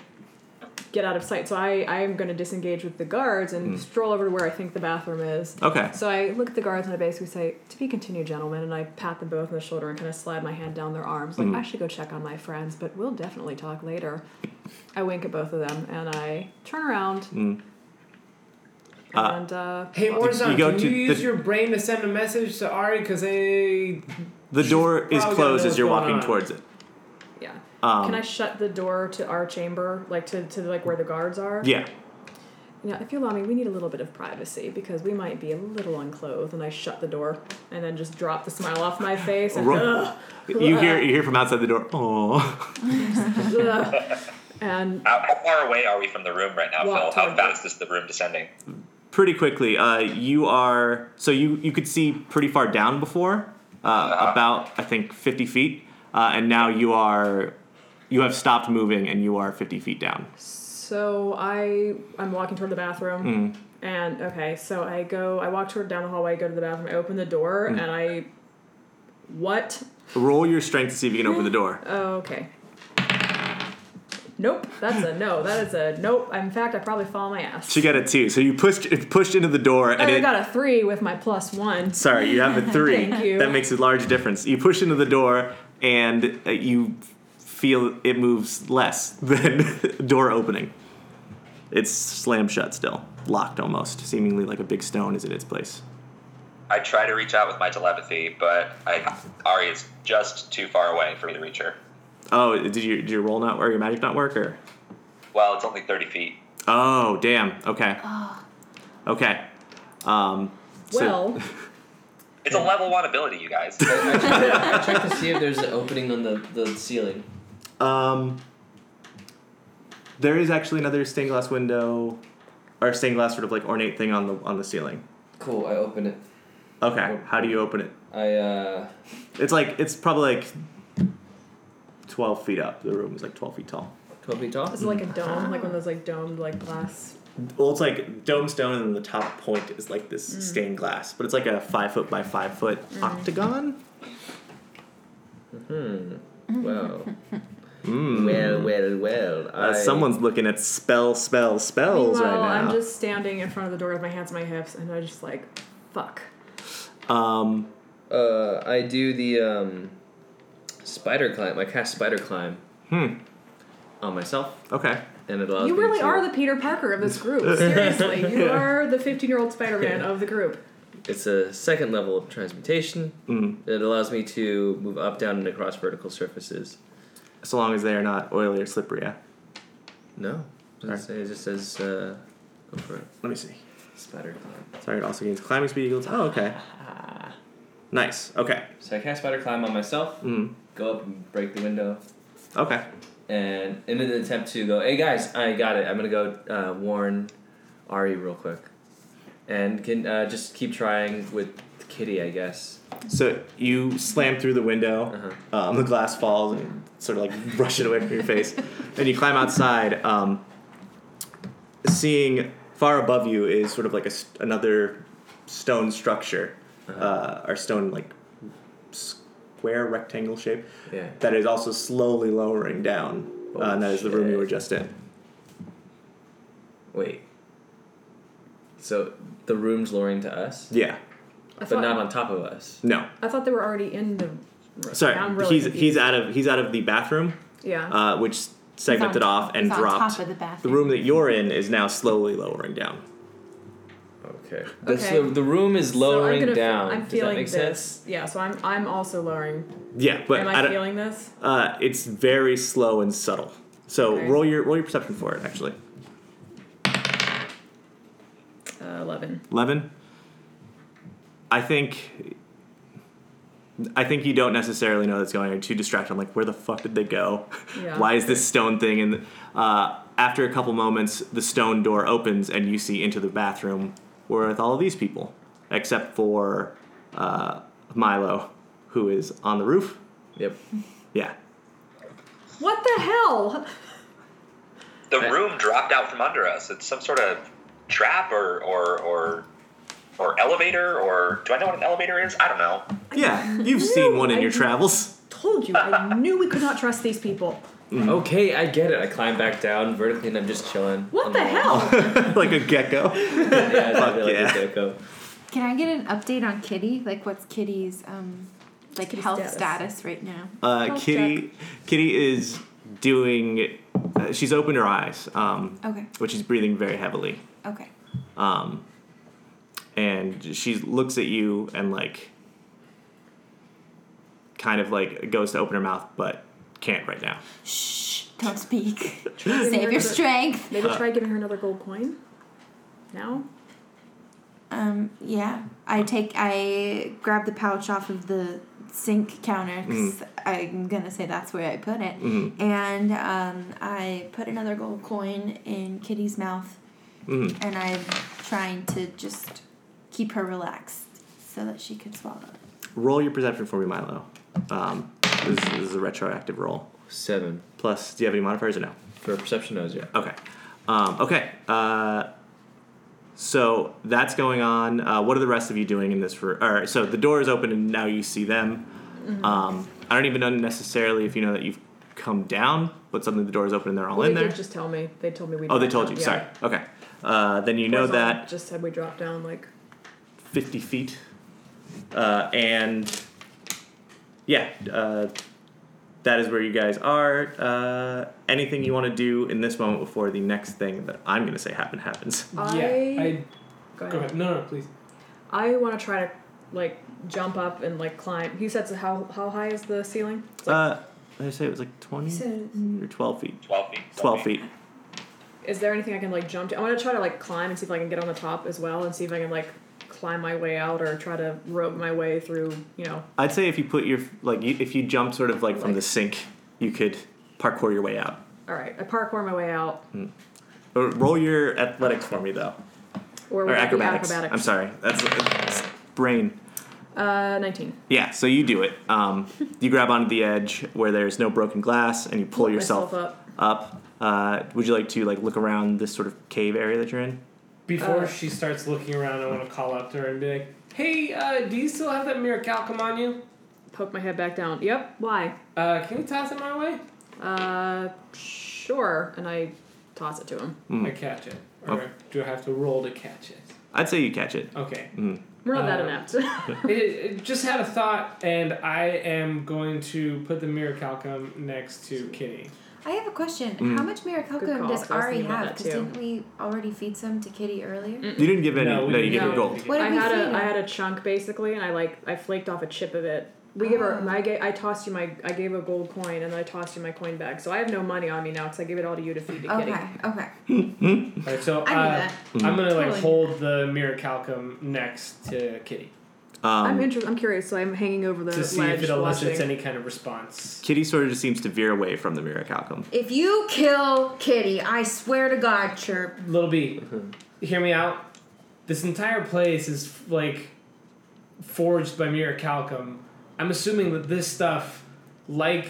S5: get out of sight. So I I am going to disengage with the guards and
S4: Mm.
S5: stroll over to where I think the bathroom is.
S4: Okay.
S5: So I look at the guards and I basically say, "To be continued, gentlemen." And I pat them both on the shoulder and kind of slide my hand down their arms,
S4: Mm-hmm.
S5: like I should go check on my friends, but we'll definitely talk later. I wink at both of them and I turn around.
S4: Mm.
S5: And uh,
S7: hey Orzon,
S4: you go
S7: can
S4: to
S7: you
S4: the-
S7: use your brain to send a message to Ari? Because I
S4: The door is
S7: probably
S4: closed
S7: gonna
S4: as you're
S7: know what's
S4: walking
S7: going on.
S4: towards it.
S5: yeah,
S4: Um,
S5: can I shut the door to our chamber, like to, to like where the guards are?
S4: Yeah.
S5: Now, if you allow me, we need a little bit of privacy because we might be a little unclothed. And I shut the door and then just drop the smile off
S4: *laughs*
S5: my face. And,
S4: Ro-
S5: *laughs* ugh,
S4: You hear you hear from outside the door. Oh.
S5: ugh." *laughs* and
S8: How, how far away are we from the room right now,
S5: Walk
S8: Phil? How
S5: toward it.
S8: fast is the room descending?
S4: Pretty quickly. Uh, you are so you you could see pretty far down before, uh, about I think 50 feet, uh, and now you are you have stopped moving and you are 50 feet down.
S5: So I I'm walking toward the bathroom
S4: Mm.
S5: and okay, so I go I walk toward down the hallway, go to the bathroom, I open the door
S4: Mm.
S5: and I what?
S4: Roll your strength to see if you can open the door.
S5: Oh, okay. Nope, that's a no. That is a nope. In fact, I probably fall on my ass.
S4: She got a two, so you pushed pushed into the door and
S5: Oh, I
S4: it.
S5: got a three with my plus one.
S4: Sorry, you
S5: *laughs*
S4: have a three.
S5: Thank you.
S4: That makes a large difference. You push into the door and uh, you feel it moves less *laughs* than door opening. It's slammed shut still, locked almost, seemingly like a big stone is in its place.
S8: I try to reach out with my telepathy, but I, Ari is just too far away for me to reach her.
S4: Oh, did your did your roll not or your magic not work or?
S8: Well, it's only 30 feet.
S4: Oh, damn. Okay. Okay. Um, so-
S5: Well,
S8: It's a level one ability, you guys.
S5: *laughs*
S10: I check to see if there's an opening on the, the ceiling.
S4: Um, there is actually another stained glass window, or stained glass sort of like ornate thing on the on the ceiling.
S10: Cool, I open it.
S4: Okay, how do you open it?
S10: I, uh.
S4: It's like it's probably like twelve feet up. The room is like twelve feet tall.
S10: 12 feet tall?
S5: this is like a dome, like one of those like domed like glass.
S4: Well, it's like dome stone, and the top point is like this stained glass, but it's like a five foot by five foot octagon.
S10: Wow.
S5: Hmm.
S4: Mm.
S10: Well, well, well.
S4: Uh,
S10: I,
S4: someone's looking at spell, spell, spells
S5: Meanwhile,
S4: right now.
S5: I'm just standing in front of the door with my hands on my hips, and I just like, fuck.
S4: um,
S10: Uh, I do the, um. Spider climb. I cast spider climb.
S4: Hmm.
S10: On myself,
S4: okay.
S10: and it
S4: Uh,
S10: allows
S5: You
S10: me
S5: really
S10: to-
S5: are the Peter Parker
S4: *laughs*
S5: of this group. Seriously, you are the 15 year old Spider Man of the group.
S10: It's a second level of transmutation.
S4: Mm.
S10: It allows me to move up, down, and across vertical surfaces.
S4: So long as they are not oily or slippery. Yeah.
S10: No. Doesn't
S4: Alright.
S10: say, it just says, uh, go for it.
S4: Let me see.
S10: Spider climb.
S4: Sorry, it also gains climbing speed equals.
S10: *laughs*
S4: Oh, okay. Nice. Okay.
S10: So I cast spider climb on myself,
S4: Mm.
S10: go up and break the window,
S4: Okay.
S10: and in an attempt to go, hey guys, I got it. I'm gonna go uh, warn Ari real quick, and can uh, just keep trying with Kitty, I guess. Uh-huh.
S4: So you slam through the window. Um, the glass falls and sort of like brush it away from
S10: *laughs*
S4: your face. And you climb outside. Um, seeing far above you is sort of like a s another stone structure, uh, or stone like square rectangle shape
S10: Yeah.
S4: that is also slowly lowering down.
S10: Oh,
S4: uh, and that is the room you
S10: shit.
S4: were just in.
S10: Wait. So the room's lowering to us,
S4: Yeah.
S5: I
S10: but
S5: thought,
S10: not on top of us.
S4: No.
S5: I thought they were already in the. room.
S4: Sorry.
S5: I'm really
S4: he's he's
S5: confused.
S4: out of he's out of the bathroom,
S5: Yeah.
S4: uh, which segmented off and
S6: it's on
S4: dropped.
S6: top of the
S4: The
S6: bathroom.
S4: room that you're in is now slowly lowering down.
S10: Okay. The,
S5: Okay.
S10: the room is
S5: So I'm
S10: lowering
S5: gonna-
S10: down.
S5: I'm
S10: Does
S5: feeling
S10: that make
S5: this.
S10: sense?
S5: Yeah, so I'm I'm also lowering.
S4: Yeah, but
S5: Am
S4: I
S5: I
S4: don't,
S5: feeling this?
S4: uh, it's very slow and subtle. So
S5: Okay.
S4: roll your roll your perception for it. Actually,
S5: Uh, Eleven.
S4: eleven. I think. I think you don't necessarily know that's going. on. You're too distracted. I'm like, where the fuck did they go?
S5: Yeah.
S4: Why is this stone thing? And uh, after a couple moments, the stone door opens and you see into the bathroom with all of these people, except for uh, Milo, who is on the roof.
S10: Yep.
S4: Yeah,
S5: What the hell?
S8: The
S10: Right.
S8: room dropped out from under us. It's some sort of trap or or or or elevator or do I know what an elevator is? I don't know.
S4: yeah. You've seen one in
S5: I
S4: your
S5: knew-
S4: travels. *laughs*
S5: Told you. I knew we could not trust these people.
S10: Okay, I get it. I climb back down vertically and I'm just chilling.
S5: What
S10: on
S5: the
S10: wall.
S5: hell?
S4: like a gecko.
S10: Yeah, it's
S4: Fuck
S10: like
S4: yeah.
S10: a gecko.
S6: Can I get an update on Kitty? Like, what's Kitty's um, like
S5: Kitty's
S6: health
S5: status.
S6: status. right now?
S4: Uh,
S5: Health
S4: Kitty, Kitty is doing. Uh, she's opened her eyes, um,
S6: Okay.
S4: but she's breathing very heavily,
S6: Okay.
S4: um, and she looks at you and like, kind of like goes to open her mouth, but can't right now.
S6: Shh. Don't *laughs* speak.
S5: Maybe
S6: Save your
S5: another-
S6: strength.
S5: Maybe
S4: Uh,
S5: try giving her another gold coin. Now.
S6: Um. Yeah. I take. I grab the pouch off of the sink counter
S4: Mm-hmm.
S6: because I'm gonna say that's where I put it. And um, I put another gold coin in Kitty's mouth,
S4: Mm-hmm.
S6: and I'm trying to just keep her relaxed so that she could swallow. it.
S4: Roll your perception for me, Milo. Um, this, this is a retroactive roll.
S10: Seven.
S4: Plus, do you have any modifiers or no?
S10: For perception, I was yeah.
S4: Okay. Um, okay. Uh, so that's going on. Uh, what are the rest of you doing in this room? Or so the door is open and now you see them.
S5: Mm-hmm.
S4: Um, I don't even know necessarily if you know that you've come down, but suddenly the door is open and they're all
S5: Well,
S4: in
S5: they
S4: there.
S5: did just tell me. They told me we.
S4: oh, they
S5: dropped
S4: told you.
S5: down. Yeah.
S4: Sorry. Okay. Uh, then you know
S5: Horizontal
S4: that
S5: Just said we dropped down like.
S4: 50 feet. Uh, and yeah, uh, that is where you guys are. Uh, anything you want to do in this moment before the next thing that I'm going to say happen happens.
S5: I,
S7: Yeah. I
S5: go
S7: go
S5: ahead.
S7: ahead. No, no, please.
S5: I want to try to like jump up and like climb. He said so how how high is the ceiling?
S4: Uh, did I say it was like 20
S6: So
S4: or 12 feet?
S8: Twelve feet.
S4: 12 feet.
S5: Is there anything I can like jump to? I want to try to like climb and see if I can get on the top as well and see if I can like climb my way out or try to rope my way through, you know.
S4: I'd say if you put your, like, you, if you jumped sort of like from the sink, you could parkour your way out.
S5: All right, I parkour my way out
S4: Or roll your athletics for me, though.
S5: or,
S4: Or
S5: would that be
S4: acrobatics.
S5: acrobatics.
S4: I'm sorry. That's it's brain.
S5: Uh, 19.
S4: Yeah, so you do it. Um, you grab onto the edge where there's no broken glass and you pull
S5: Pull
S4: yourself
S5: myself
S4: up. Uh, would you like to, like, look around this sort of cave area that you're in?
S7: Before
S5: Uh,
S7: she starts looking around, I want to call up to her and be like, "Hey, uh, do you still have that mirror calcum on you?
S5: Poke my head back down. Yep. Why?
S7: Uh, can you toss it my way?
S5: Uh, sure. And I toss it to him.
S4: Hmm.
S7: I catch it, or
S4: Okay.
S7: do I have to roll to catch it?
S4: I'd say you catch it.
S7: Okay.
S4: Hmm.
S5: We're not that
S7: Uh,
S5: inept. *laughs*
S7: it, it just had a thought, and I am going to put the mirror calcum next to Kitty.
S6: I have a question.
S4: Mm.
S6: How much
S5: Good
S6: miracalcum
S5: call,
S6: does
S5: 'cause I was
S6: Ari
S5: thinking about that
S6: have? Because
S5: too. Mm,
S6: didn't we already feed some to Kitty earlier?
S4: You didn't give any, no,
S7: we
S4: you
S7: didn't
S4: gave her
S7: get it.
S4: gold.
S6: What did
S5: I
S6: we
S5: had
S6: feed
S5: a
S6: her?
S5: I had a chunk basically, and I like I flaked off a chip of it. We gave her.
S6: Oh.
S5: I gave. I tossed you my. I gave a gold coin, and then I tossed you my coin back. So I have no money on me now because I gave it all to you to feed to Kitty.
S6: Okay, okay.
S7: All right, so
S6: I knew
S7: uh,
S6: that.
S7: I'm gonna like
S6: Totally.
S7: hold the mirror calcum next to Kitty
S5: I'm
S4: Um,
S5: interested. I'm curious. So I'm hanging over the
S7: to see
S5: ledge
S7: if it elicits
S5: watching.
S7: any kind of response.
S4: Kitty sort of just seems to veer away from the mirror calcum.
S6: If you kill Kitty, I swear to God, chirp.
S7: Little B, hear me out. This entire place is like forged by Miracalcum, I'm assuming that this stuff, like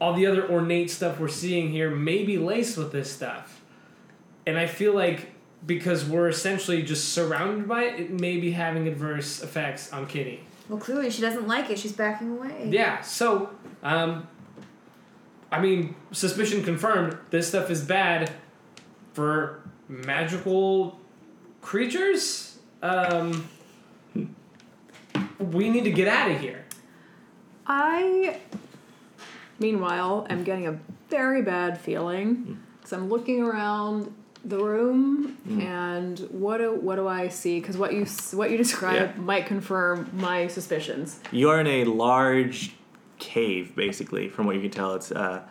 S7: all the other ornate stuff we're seeing here, may be laced with this stuff. And I feel like because we're essentially just surrounded by it, it may be having adverse effects on Kitty.
S6: Well, clearly she doesn't like it. She's backing away.
S7: Yeah, so, um, I mean, suspicion confirmed. This stuff is bad for magical creatures. Um, we need to get out of here.
S5: I, meanwhile, am getting a very bad
S7: Hmm.
S5: feeling because I'm looking around the room
S7: Hmm.
S5: and what do what do I see? Because what you s- what you describe
S4: Yeah.
S5: might confirm my suspicions.
S4: You are in a large cave, basically, from what you can tell. It's uh,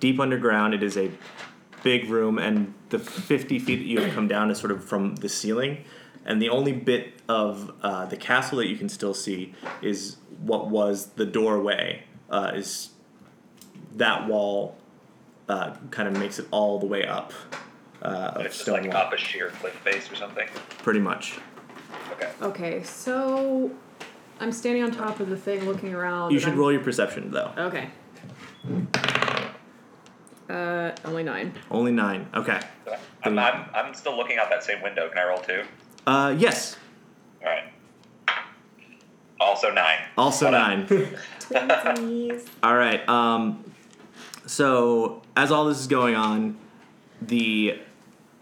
S4: deep underground. It is a big room, and the 50 feet that you have come down is sort of from the ceiling. And the only bit of uh, the castle that you can still see is what was the doorway. Uh, is that wall uh, kind of makes it all the way up uh,
S8: And
S4: of
S8: it's just
S4: stone
S8: like
S4: wall,
S8: up a sheer cliff face or something.
S4: pretty much.
S8: Okay.
S5: Okay, so I'm standing on top of the thing, looking around.
S4: You
S5: and
S4: should
S5: I'm-
S4: roll your perception though.
S5: Okay. Uh, only nine.
S4: Only nine. Okay.
S8: So I'm, I'm, I'm still looking out that same window. Can I roll two?
S4: Uh, yes.
S8: All right. Also nine.
S4: Also
S8: Hold on.
S4: nine.
S8: *laughs*
S6: Twinsies.
S4: All right. Um, so as all this is going on, the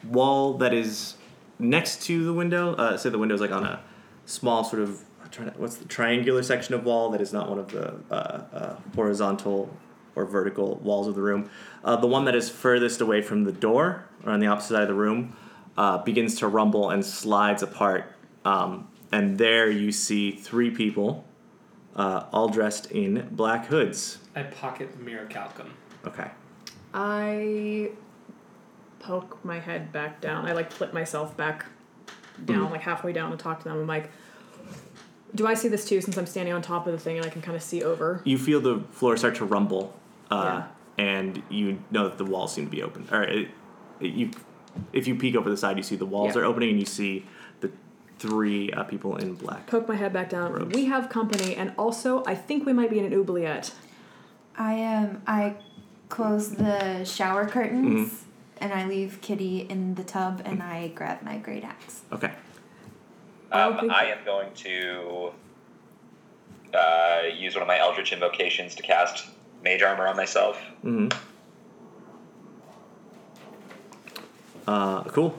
S4: wall that is next to the window, uh, say the window is like on a small sort of I'm trying to- what's the triangular section of wall that is not one of the uh, uh, horizontal or vertical walls of the room. Uh, the one that is furthest away from the door or on the opposite side of the room uh, begins to rumble and slides apart. Um, and there you see three people, uh, all dressed in black hoods.
S7: I pocket Miracalcum.
S4: Okay.
S5: I poke my head back down. I like flip myself back down, like halfway down, and talk to them. I'm like, do I see this too? Since I'm standing on top of the thing and I can kind of see over.
S4: you feel the floor start to rumble, uh, and you know that the walls seem to be open. Or it, it- you, if you peek over the side, you see the walls
S5: Yeah.
S4: are opening, and you see the three uh, people in black.
S5: Poke my head back down.
S4: Ropes.
S5: We have company, and also I think we might be in an oubliette.
S6: I um I close the shower curtains
S4: Mm-hmm.
S6: and I leave Kitty in the tub and I grab my great axe.
S4: Okay. Oh,
S5: I
S8: Um,
S5: don't think-
S8: I am going to uh, use one of my Eldritch invocations to cast Mage Armor on myself.
S4: hmm Uh, cool.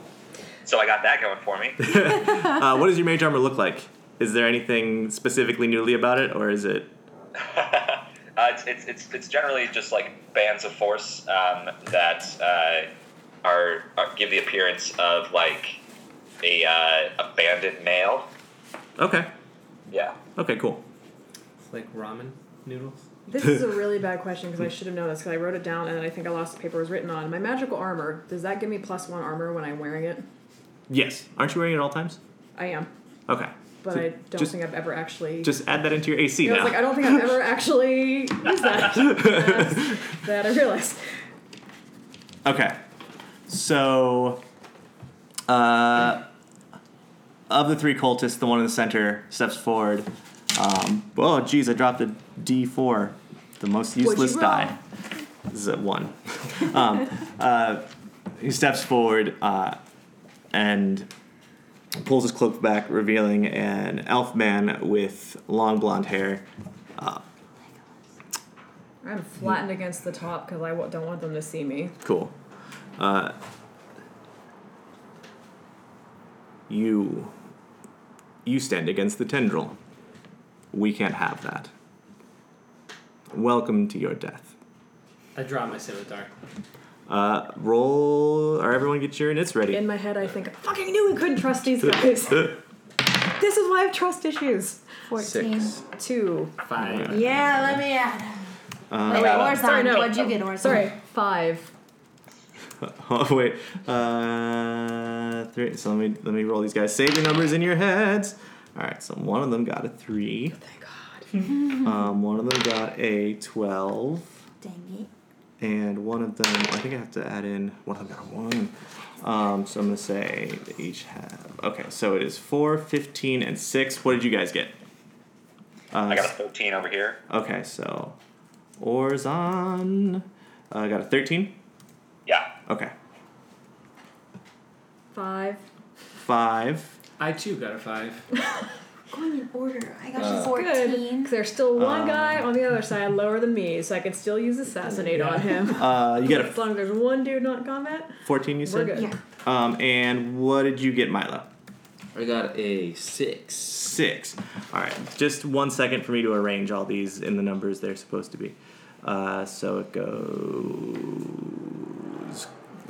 S8: So I got that going
S4: *laughs*
S8: for me. *laughs*
S4: Uh, what does your mage armor look like? Is there anything specifically newly about it, or is it?
S8: uh, it's, it's, it's, it's generally just like bands of force um, that uh, are, are give the appearance of like a, uh, a bandit male.
S4: Okay.
S8: Yeah.
S4: Okay. Cool.
S7: Like ramen noodles.
S5: This is a really bad question because I should have known this because I wrote it down and then I think I lost the paper it was written on. My magical armor does that give me plus one armor when I'm wearing it?
S4: Yes. Aren't you wearing it at all times?
S5: I am,
S4: Okay.
S5: but
S4: So
S5: I don't
S4: just,
S5: think I've ever actually.
S4: just add that into your AC
S5: Yeah, I
S4: now.
S5: was like, I don't think I've ever actually used
S4: *laughs*
S5: that. That's- that I realized.
S4: Okay. So, uh, of the three cultists, the one in the center steps forward. Um, oh, geez, I dropped the D4, the most useless
S5: roll?
S4: die. This is a one. *laughs* um, uh, he steps forward uh, and pulls his cloak back, revealing an elf man with long blonde hair.
S5: I'm flattened against the top because I w- don't want them to see me.
S4: Cool. Uh, you. You stand against the tendril. We can't have that. Welcome to your death.
S7: I draw my scimitar.
S4: Uh, roll, or everyone get your nits ready. *laughs*
S5: In my head, I think, I fucking knew we couldn't trust these guys. this is why I have trust issues.
S6: Fourteen.
S4: Six.
S5: Two.
S7: Five.
S6: Yeah, let me add.
S4: Uh,
S6: oh, wait,
S8: uh,
S6: Warzone.
S5: Sorry, no.
S6: What'd you get, Warzone?
S5: Sorry, five.
S4: oh wait. Uh, three. So let me let me roll these guys. Save the numbers in your heads. All right. So one of them got a three.
S5: Thank God.
S4: Um, one of them got a twelve.
S6: Dang it.
S4: and one of them, I think I have to add in one of them got a one. Um, so I'm gonna say they each have. Okay, so it is four, 15, and six. What did you guys get? Uh,
S8: I got a 13 over here.
S4: okay, so Orzon, I got a thirteen.
S8: Yeah.
S4: Okay,
S5: Five.
S4: five.
S7: I too got a five.
S6: Going in order. I got
S10: Uh,
S5: Good.
S6: 14.
S5: Cause there's still one
S4: Um,
S5: guy on the other side lower than me, so I could still use assassinate
S4: *laughs*
S5: on him. *laughs*
S4: Uh, you got
S5: as
S4: a
S5: long as there's one dude not in combat,
S4: fourteen. You said.
S5: we're good.
S6: Yeah.
S4: Um, and what did you get, Milo?
S10: I got a six.
S4: Six. All right, just one second for me to arrange all these in the numbers they're supposed to be. Uh, so it goes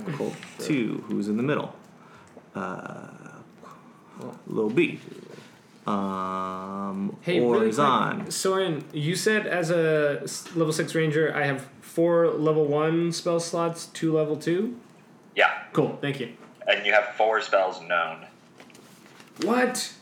S10: *laughs*
S4: Colt two, who's in the middle. Uh, Lil B. Um,
S7: Hey,
S4: or
S7: really
S4: Zahn.
S7: quick, Soren, you said as a s- level six ranger, I have four level one spell slots, two level two.
S8: Yeah.
S7: Cool, thank you.
S8: And you have four spells known.
S7: What?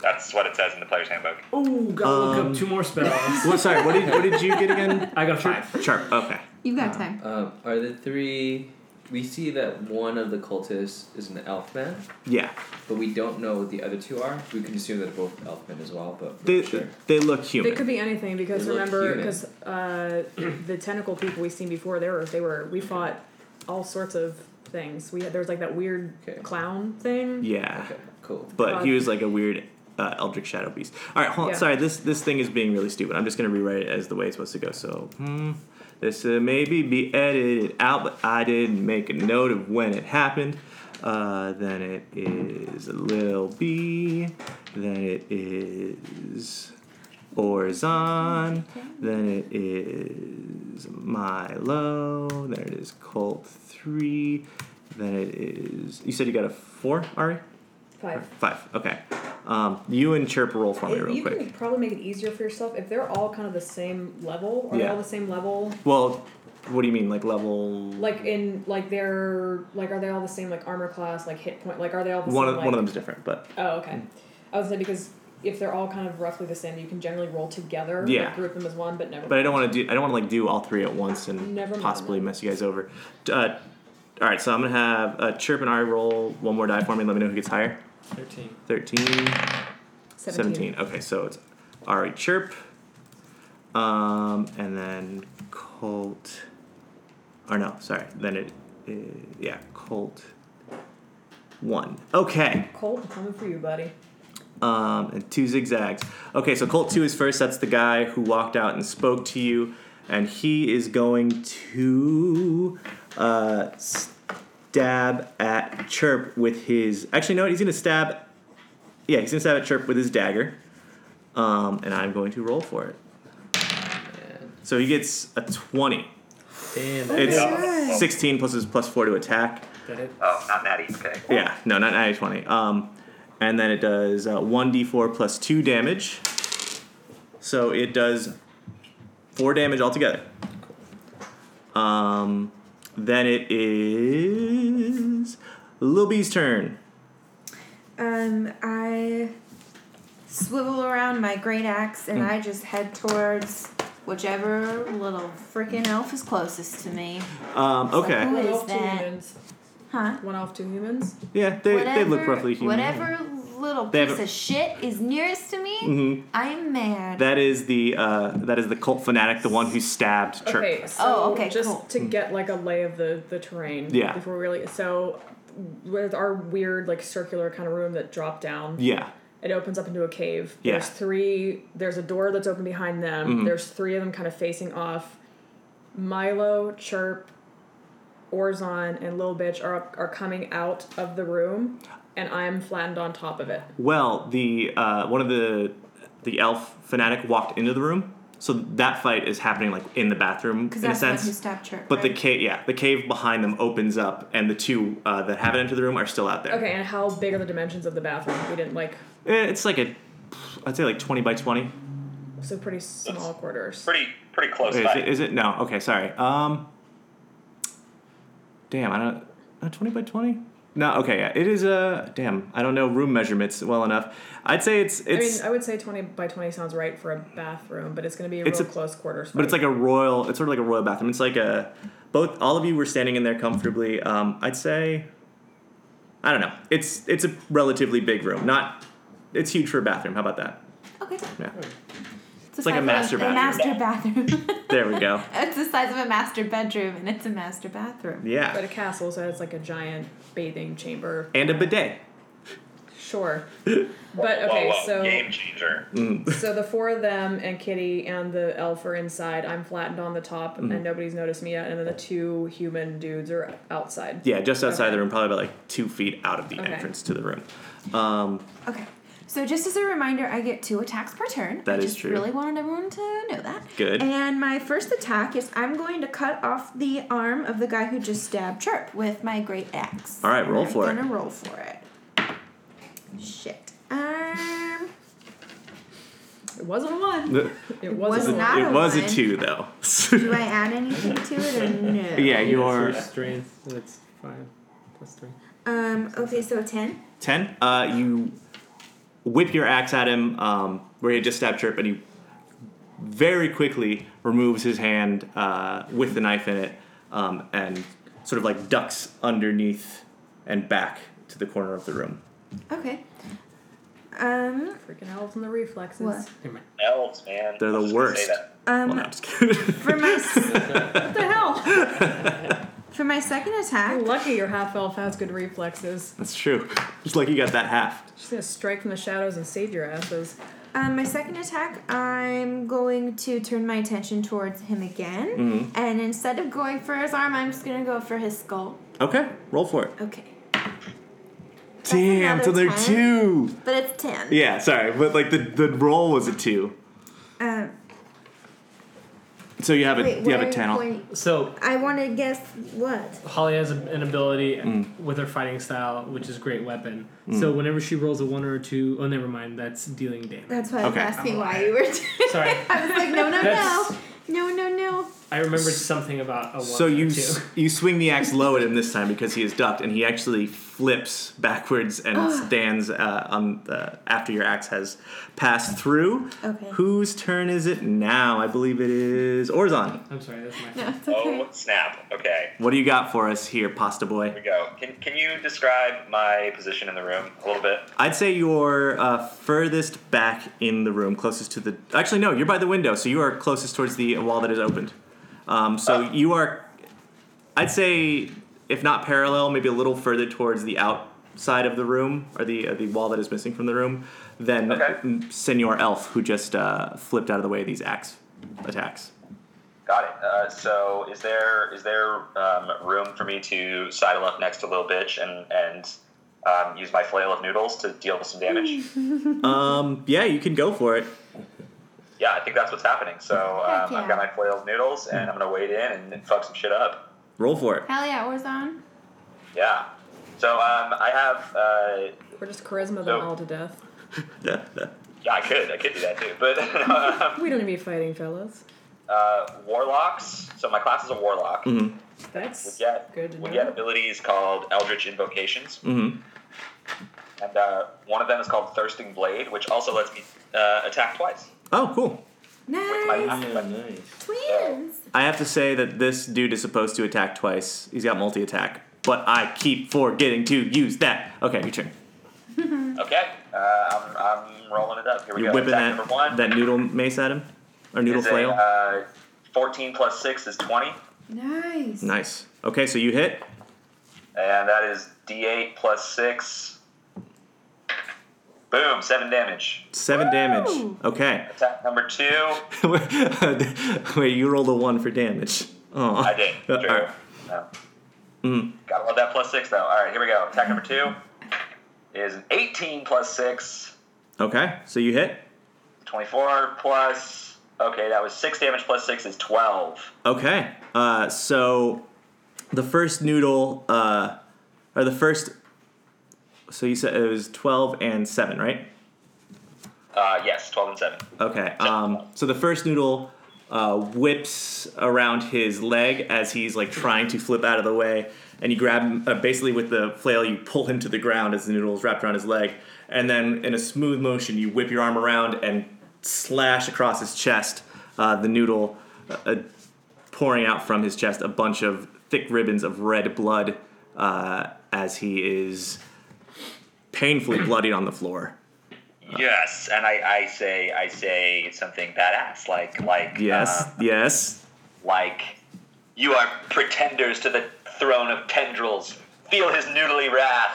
S8: That's what it says in the player's handbook.
S7: Oh, gotta look
S4: Um,
S7: up two more spells.
S4: What? Sorry. What did what did you
S10: *laughs*
S4: get again?
S7: I got a five.
S4: Sharp. Okay.
S6: You've got time.
S4: uh,
S10: Um, are the three? We see that one of the cultists is an elf man,
S4: Yeah.
S10: but we don't know what the other two are. We can assume that they're both elf men as well, but we're
S4: They
S10: not sure.
S4: they look
S5: They
S4: human.
S5: could be anything because
S10: They look
S5: remember,
S10: human.
S5: because uh, the tentacle people we seen before, they were they were we fought all sorts of things. We had there was like that weird
S10: Okay.
S5: clown thing.
S4: yeah.
S10: Okay, cool.
S4: but
S5: God.
S4: he was like a weird uh, eldritch shadow beast. All right, hold on.
S5: Yeah.
S4: Sorry, this this thing is being really stupid. I'm just gonna rewrite it as the way it's supposed to go. So, hmm, this uh, maybe be edited out, but I didn't make a note of when it happened. Uh, then it is Lil B. Then it is Orzon. Then it is Milo. Then it is Colt three. Then it is. You said you got a four, Ari?
S5: Five.
S4: Five. Okay. Um, you and Chirp roll for me
S5: If-
S4: real
S5: you
S4: quick.
S5: can probably make it easier for yourself if they're all kind of the same level or
S4: Yeah.
S5: all the same level.
S4: Well, what do you mean, like level?
S5: Like in like they're like are they all the same like armor class like hit point like are they all the
S4: one
S5: same,
S4: of
S5: like,
S4: one of them's different, but
S5: Oh okay. I was say because if they're all kind of roughly the same, you can generally roll together. like,
S4: Yeah.
S5: group them as one, but never.
S4: but I don't want to do I don't want to like do all three at once and
S5: Never mind.
S4: possibly mess you guys over. Uh, all right, so I'm gonna have uh, Chirp and Ari roll one more die for me. and Let me know who gets higher.
S7: Thirteen.
S4: 13, 17. Okay, so it's Ari Chirp, um, and then Colt. Or no, sorry. Then it, uh, yeah, Colt. One. Okay.
S5: Colt, I'm coming for you, buddy.
S4: um, and two zigzags. Okay, so Colt 2 is first. That's the guy who walked out and spoke to you. And he is going to uh, stab at Chirp with his. Actually, no, he's going to stab. Yeah, he's going to stab at Chirp with his dagger. Um, and I'm going to roll for it. So he gets a 20.
S7: Damn.
S4: It's
S6: God.
S4: 16 plus his plus 4 to attack.
S7: That it.
S8: Oh, not Natty. Okay.
S4: Yeah, no, not 90 20. Um, and then it does uh, 1d4 plus 2 damage. So it does 4 damage altogether. Um, then it is Lil B's turn.
S6: Um, I swivel around my great axe and
S4: Hmm.
S6: I just head towards whichever little freaking elf is closest to me.
S4: Um, okay.
S6: Who
S5: One
S6: is
S5: off two
S6: that?
S5: humans.
S6: Huh?
S5: One off two humans.
S4: Yeah, they, they look roughly human.
S6: Whatever little
S4: They have
S6: piece
S4: a-
S6: of shit is nearest to me,
S4: Mhm.
S6: I'm mad.
S4: That is the uh, that is the cult fanatic, the one who stabbed Chirp.
S5: Okay. So
S6: Oh, okay,
S5: Just
S6: cool.
S5: to get like a lay of the the terrain.
S4: Yeah.
S5: Before we really so with our weird like circular kind of room that dropped down.
S4: Yeah.
S5: It opens up into a cave.
S4: Yeah. Mm-hmm.
S5: There's three. There's a door that's open behind them. There's three of them kind of facing off. Milo, Chirp, Orzon, and Lil Bitch are are coming out of the room, and I'm flattened on top of it.
S4: Well, the uh, one of the the elf fanatic walked into the room, so that fight is happening like in the bathroom in
S6: Because
S4: a
S6: that's the one
S4: sense.
S6: who stabbed Chirp.
S4: But the
S6: right?
S4: cave, yeah, the cave behind them opens up, and the two uh, that haven't entered the room are still out there.
S5: Okay. And how big are the dimensions of the bathroom? We didn't like
S4: Eh, It's like a, I'd say like twenty by twenty.
S5: so pretty small quarters.
S8: Pretty pretty close
S4: Wait, is, it,
S8: fight.
S4: is it? No. Okay, sorry. Um. Damn, I don't. Uh, twenty by twenty. No, okay, yeah. It is a damn. I don't know room measurements well enough. I'd say it's
S5: I
S4: it's,
S5: mean, I would say 20 by 20 sounds right for a bathroom, but it's going to be a
S4: It's
S5: real
S4: a-
S5: close quarters.
S4: but it's like a royal. It's sort of like a royal bathroom. It's like a both. All of you were standing in there comfortably. Um, I'd say. I don't know. It's it's a relatively big room. Not. It's huge for a bathroom. How about that?
S6: Okay.
S4: Yeah.
S6: It's
S4: like a master
S6: A master bathroom.
S4: *laughs* There we go.
S6: *laughs* it's the size of a master bedroom, and it's a master bathroom.
S5: But a
S4: Yeah.
S5: castle, so it's like a giant
S4: *laughs*
S5: bathing chamber.
S4: And a bidet.
S5: Sure. But
S8: Whoa,
S5: okay,
S8: whoa,
S5: so
S8: game changer.
S5: so the four of them and Kitty and the elf are inside. I'm flattened on the top, and nobody's noticed me yet. And then the two human dudes are outside.
S4: Yeah, just outside
S5: Okay.
S4: the room, probably about like two feet out of the
S5: Okay.
S4: entrance to the room. Um,
S6: Okay. So just as a reminder, I get two attacks per turn.
S4: That
S6: I
S4: is
S6: just
S4: true.
S6: Really wanted everyone to know that.
S4: Good.
S6: And my first attack is I'm going to cut off the arm of the guy who just stabbed Chirp with my great axe.
S4: All right,
S6: And
S4: roll
S6: I'm
S4: for it.
S6: gonna roll for it. Shit. Um,
S5: It wasn't a one.
S4: it
S5: It
S6: was
S5: wasn't. a
S6: not a
S4: was a
S6: one.
S4: two though. *laughs*
S6: Do I add anything to it or no?
S4: yeah, you
S7: Your
S4: are
S7: strength. That's five plus three.
S6: Um. Okay, so a ten.
S4: ten. Uh, you whip your axe at him um, where he had just stabbed Chirp, and he very quickly removes his hand uh, with the knife in it um, and sort of like ducks underneath and back to the corner of the room.
S6: Okay. Um.
S5: Freaking elves and the reflexes.
S6: What?
S5: What
S8: Elves, man.
S4: They're
S8: I was
S4: the
S8: just gonna say
S4: worst.
S8: that.
S6: Um.
S4: Well, no, I'm just kidding. *laughs*
S6: For my s-
S5: the hell?
S6: *laughs* for my second attack.
S5: You're lucky your half elf has good reflexes.
S4: That's true. Just like you got that half.
S5: She's gonna strike from the shadows and save your asses.
S6: Um, my second attack, I'm going to turn my attention towards him again.
S4: Mm-hmm.
S6: And instead of going for his arm, I'm just going to go for his skull.
S4: Okay, roll for it.
S6: Okay.
S4: Damn, so
S6: another
S4: they're
S6: 10.
S4: two.
S6: But it's 10.
S4: Yeah, sorry, but like the the roll was a two. Uh,
S6: Um,
S4: So you have a
S6: wait,
S4: you have
S6: where
S4: a ten. on-
S6: Wait,
S7: So
S6: I want to guess what?
S7: Holly has a- an ability
S4: Mm.
S7: with her fighting style, which is great weapon. So whenever she rolls a one or a two, oh, never mind. That's dealing damage.
S6: That's why I was
S4: Okay.
S6: asking why you were *laughs* doing
S7: Sorry.
S6: I was like, no, no,
S7: That's-
S6: no. No, no, no.
S7: I remembered something about a one.
S4: So
S7: or
S4: you
S7: a
S4: s-
S7: two.
S4: *laughs* you swing the axe low at him this time because he is ducked, and he actually flips backwards and stands uh, on the, after your axe has passed through.
S6: Okay.
S4: Whose turn is it now? I believe it is Orzon.
S7: *laughs* I'm sorry. That's my.
S6: No, it's okay.
S8: Oh snap! Okay,
S4: What do you got for us here, Pasta
S8: here we
S4: Boy?
S8: go. Can can you describe my position in the room a little bit?
S4: I'd say you're uh, furthest back in the room, closest to the. Actually, no, you're by the window, so you are closest towards the wall that is opened. Um, so you are, I'd say, if not parallel, maybe a little further towards the outside of the room or the uh, the wall that is missing from the room than
S8: Okay.
S4: m- Senor Elf, who just uh, flipped out of the way of these axe attacks.
S8: Got it. Uh, so is there is there um, room for me to sidle up next to Lil Bitch and and um, use my flail of noodles to deal
S6: *laughs*
S8: some damage?
S4: Um, yeah, you can go for it.
S8: yeah, I think that's what's happening. So um,
S6: Heck yeah.
S8: I've got my flail of noodles and I'm gonna wade in and fuck some shit up.
S4: Roll for it.
S6: Hell yeah, Warzone.
S8: Yeah. So um, I have. Uh,
S5: We're just charisma them
S8: No.
S5: all to death.
S8: yeah, I could. I could do that too. But *laughs* um,
S5: We don't need to be fighting, fellas.
S8: uh, warlocks. So my class is a warlock.
S4: Mm-hmm.
S8: We
S5: That's
S8: get
S5: good to
S8: we
S5: know.
S8: get abilities called Eldritch Invocations,
S4: hmm
S8: and uh, one of them is called Thirsting Blade, which also lets me uh, attack twice.
S4: Oh, cool.
S8: With my
S6: Nice.
S8: half weapon.
S10: nice.
S6: Twins.
S4: I have to say that this dude is supposed to attack twice. He's got multi attack, but I keep forgetting to use that. Okay, your turn.
S8: Okay. Uh, I'm, I'm rolling it up. Here we
S4: You're
S8: go.
S4: whipping
S8: attack number one
S4: that, that noodle mace at him, or noodle
S8: is a,
S4: flail.
S8: uh, 14 plus six is 20, and
S6: Nice.
S4: nice. Okay, so you hit.
S8: that is D8 plus six. Boom! Seven damage.
S4: Seven damage.
S6: Woo!
S4: Okay. *laughs*
S8: Attack number two.
S4: Wait, you rolled a one for damage. Oh,
S8: *laughs* I did. True.
S4: *laughs*
S8: No.
S4: Mm-hmm.
S8: Gotta love that plus six though. All right, here we go. Attack number two is an 18 plus six,
S4: Okay, so you hit.
S8: 24 plus. Okay, that was six damage plus six is 12.
S4: Okay. Uh, so the first noodle, uh, or the first. So you said it was twelve and seven, right?
S8: Uh, yes, 12 and seven.
S4: Okay. Um, so the first noodle uh, whips around his leg as he's like trying to flip out of the way, and you grab him, uh, basically with the flail, you pull him to the ground as the noodle is wrapped around his leg, and then in a smooth motion, you whip your arm around and slash across his chest, uh, the noodle uh, uh, pouring out from his chest a bunch of thick ribbons of red blood uh, as he is painfully bloodied on the floor.
S8: Yes, and I, I say I say something badass like like
S4: Yes,
S8: uh,
S4: yes.
S8: like you are pretenders to the throne of tendrils. Feel his noodly wrath.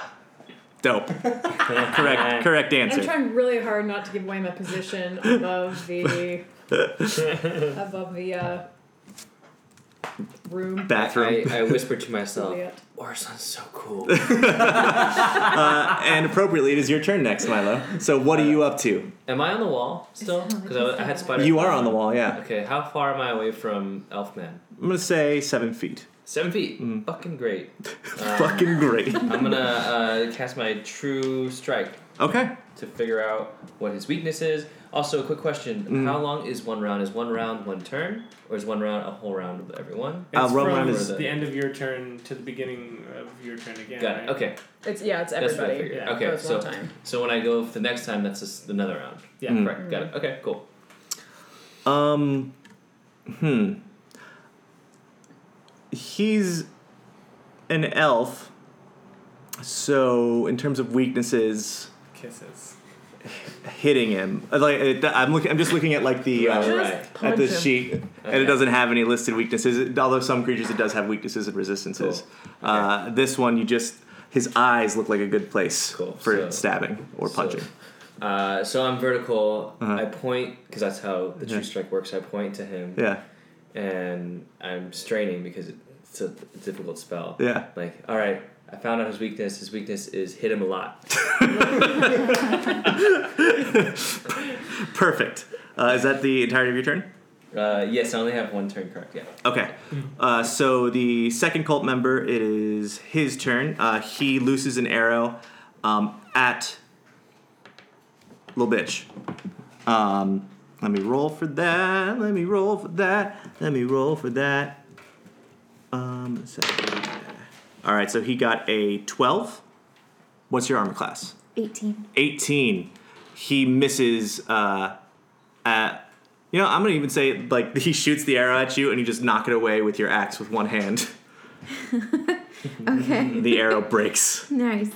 S4: Dope. correct, correct
S5: I'm
S4: answer.
S5: trying really hard not to give away my position above the above the uh, room.
S4: Bathroom.
S10: I, I whisper to myself,
S5: Juliet.
S10: Orson's so cool.
S4: and appropriately, it is your turn next, Milo. So what are you up to?
S10: am I on the wall still? Because I, I had spider.
S4: You are on the wall, yeah.
S10: Okay, how far am I away from Elfman?
S4: I'm gonna say seven feet. Mm.
S10: Seven feet. Fucking great.
S4: *laughs*
S10: *laughs*
S4: Fucking great.
S10: I'm gonna uh, cast my true strike
S4: Okay.
S10: to figure out what his weakness is. Also, a quick question:
S4: Mm-hmm.
S10: How long is one round? Is one round one turn, or is one round a whole round of everyone?
S4: Uh,
S7: It's
S4: Roman
S7: from
S4: is-
S7: the end of your turn to the beginning of your turn again.
S10: Got
S7: right?
S10: it. Okay,
S5: It's yeah, it's
S10: that's what I
S5: everybody.
S10: figured.
S7: Yeah.
S5: Oh,
S10: okay,
S5: it's
S10: so
S5: one time.
S10: so when I go the next time, that's just another round.
S7: Yeah.
S4: Mm-hmm.
S10: Correct. Got it. Okay. Cool.
S4: Um. Hmm. He's an elf. So in terms of weaknesses,
S7: Kisses.
S4: hitting him. uh, Like it- I'm looking. I'm just looking at like the uh,
S10: Right.
S4: at
S5: Punch
S4: the
S5: him.
S4: sheet, and it
S10: Okay.
S4: doesn't have any listed weaknesses. It- Although some creatures, it does have weaknesses and resistances. Uh, this one, you just his eyes look like a good place
S10: Cool.
S4: for
S10: So-
S4: stabbing or punching.
S10: So, uh, so I'm vertical. I point because that's how the true strike works. I point to him,
S4: yeah,
S10: and I'm straining because it's a difficult spell.
S4: yeah.
S10: Like, all right, I found out his weakness. His weakness is hit him a lot.
S4: Perfect. Uh, is that the entirety of your turn?
S10: Uh, yes, I only have one turn. Correct. Yeah.
S4: Okay. Uh, so the second cult member, it is his turn. Uh, he looses an arrow um, at little bitch. Um, let me roll for that. Let me roll for that. Let me roll for that. Um, so- all right. So he got a twelve. What's your armor class?
S6: 18.
S4: 18 he misses uh at you know i'm gonna even say like *laughs* he shoots the arrow at you and you just knock it away with your axe with one hand *laughs*
S6: Okay.
S4: the arrow breaks
S6: nice.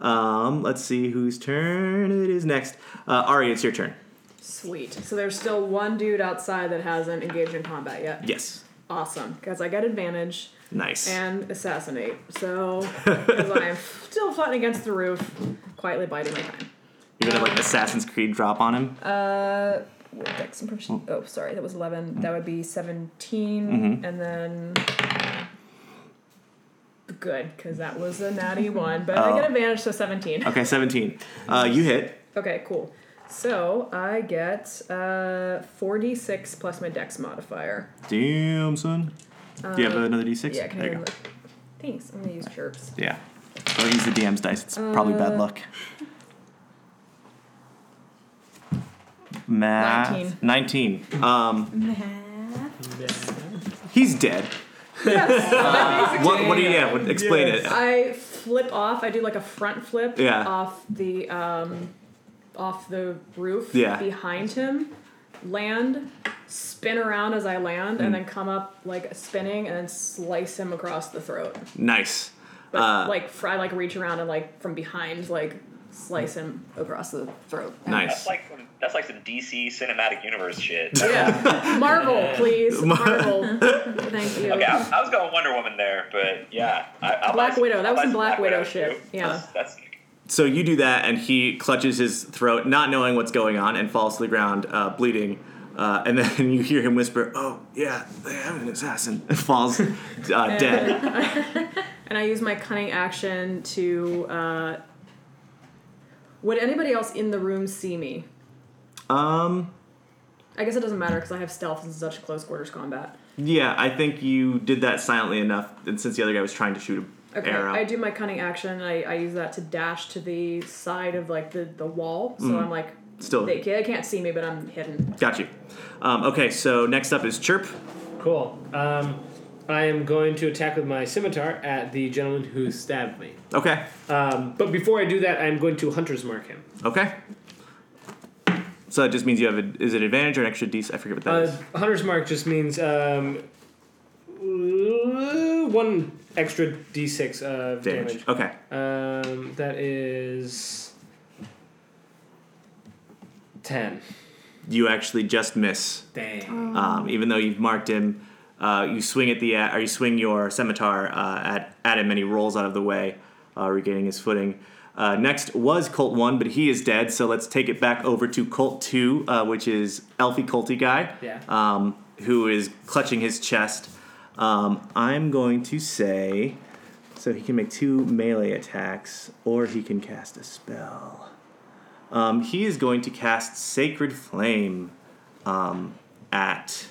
S4: um let's see whose turn it is next uh ari it's your turn
S5: Sweet. So there's still one dude outside that hasn't engaged in combat yet.
S4: yes
S5: Awesome, because I got advantage
S4: nice
S5: and assassinate.
S10: *laughs*
S5: So 'cause I'm still fighting against the roof, quietly biding my time.
S4: you're gonna have like an assassin's creed drop on him
S5: Uh, with dex
S10: Hmm.
S5: impression. Oh, sorry, that was 11. That would be 17.
S10: Mm-hmm.
S5: And then. Good, because that was a natty one. But
S10: Oh.
S5: I get advantage, so 17.
S4: okay 17 uh you hit
S5: Okay, cool. So I get uh, 46 plus my dex modifier.
S4: damn son do you have another d6
S5: Yeah, can
S4: there
S5: I
S4: you go
S5: have it? Thanks. I'm gonna use chirps.
S4: yeah don't use the dm's dice it's probably
S8: Uh.
S4: bad luck Math.
S5: 19.
S4: 19. Um,
S6: Math.
S4: He's dead.
S8: *laughs*
S4: what, what do you, yeah, what, explain it.
S5: I flip off. I do like a front flip
S4: Yeah.
S5: off the um, off the roof
S4: Yeah.
S5: behind him, land, spin around as I land,
S4: Hmm.
S5: and then come up like spinning and then slice him across the throat.
S4: Nice.
S5: But
S4: Uh,
S5: like fr- I like reach around and like from behind like slice him across the throat.
S4: Nice.
S8: That's like some, that's like some DC cinematic universe shit.
S5: Yeah. *laughs* Marvel, please. Marvel. Thank you.
S8: Okay, I, I was going Wonder Woman there, but yeah, I, I'll
S5: Black
S8: buy some-
S5: Widow, that
S8: I'll
S5: was
S8: buy
S5: some
S8: some
S5: Black Widow shit,
S8: too.
S5: yeah.
S8: that's, that's
S4: So you do that, and he clutches his throat, not knowing what's going on, and falls to the ground, uh, bleeding. Uh, and *laughs* then you hear him whisper, "Oh yeah, they have an assassin." And falls uh, dead.
S5: And I use my cunning action to. Uh, would anybody else in the room see me?
S4: Um,
S5: I guess it doesn't matter because I have stealth in such close quarters combat.
S4: yeah, I think you did that silently enough, and since the other guy was trying to shoot an
S5: Okay,
S4: arrow,
S5: I do my cunning action. And I, I use that to dash to the side of like the, the wall, so I'm like
S4: Mm. still
S5: they, ca- they can't see me, but I'm hidden.
S4: got you. Um, okay, so next up is Chirp.
S7: Cool. Um, I am going to attack with my scimitar at the gentleman who stabbed me.
S4: Okay.
S7: Um, but before I do that, I'm going to hunter's mark him.
S4: Okay. So that just means you have a, is it advantage or an extra d? I forget what that is.
S7: Uh, hunter's mark just means um, one extra d6 of damage.
S4: Damage. Okay.
S7: Um, that is ten.
S4: You actually just miss.
S7: Dang.
S6: Oh.
S4: Um, even though you've marked him, uh, you swing at the or you swing your scimitar uh, at at him, and he rolls out of the way, uh, regaining his footing. Uh, next was Colt One, but he is dead. So let's take it back over to Colt Two, uh, which is Elfie Colty guy,
S7: Yeah.
S4: um, who is clutching his chest. Um, I'm going to say, so he can make two melee attacks, or he can cast a spell. Um, he is going to cast Sacred Flame um, at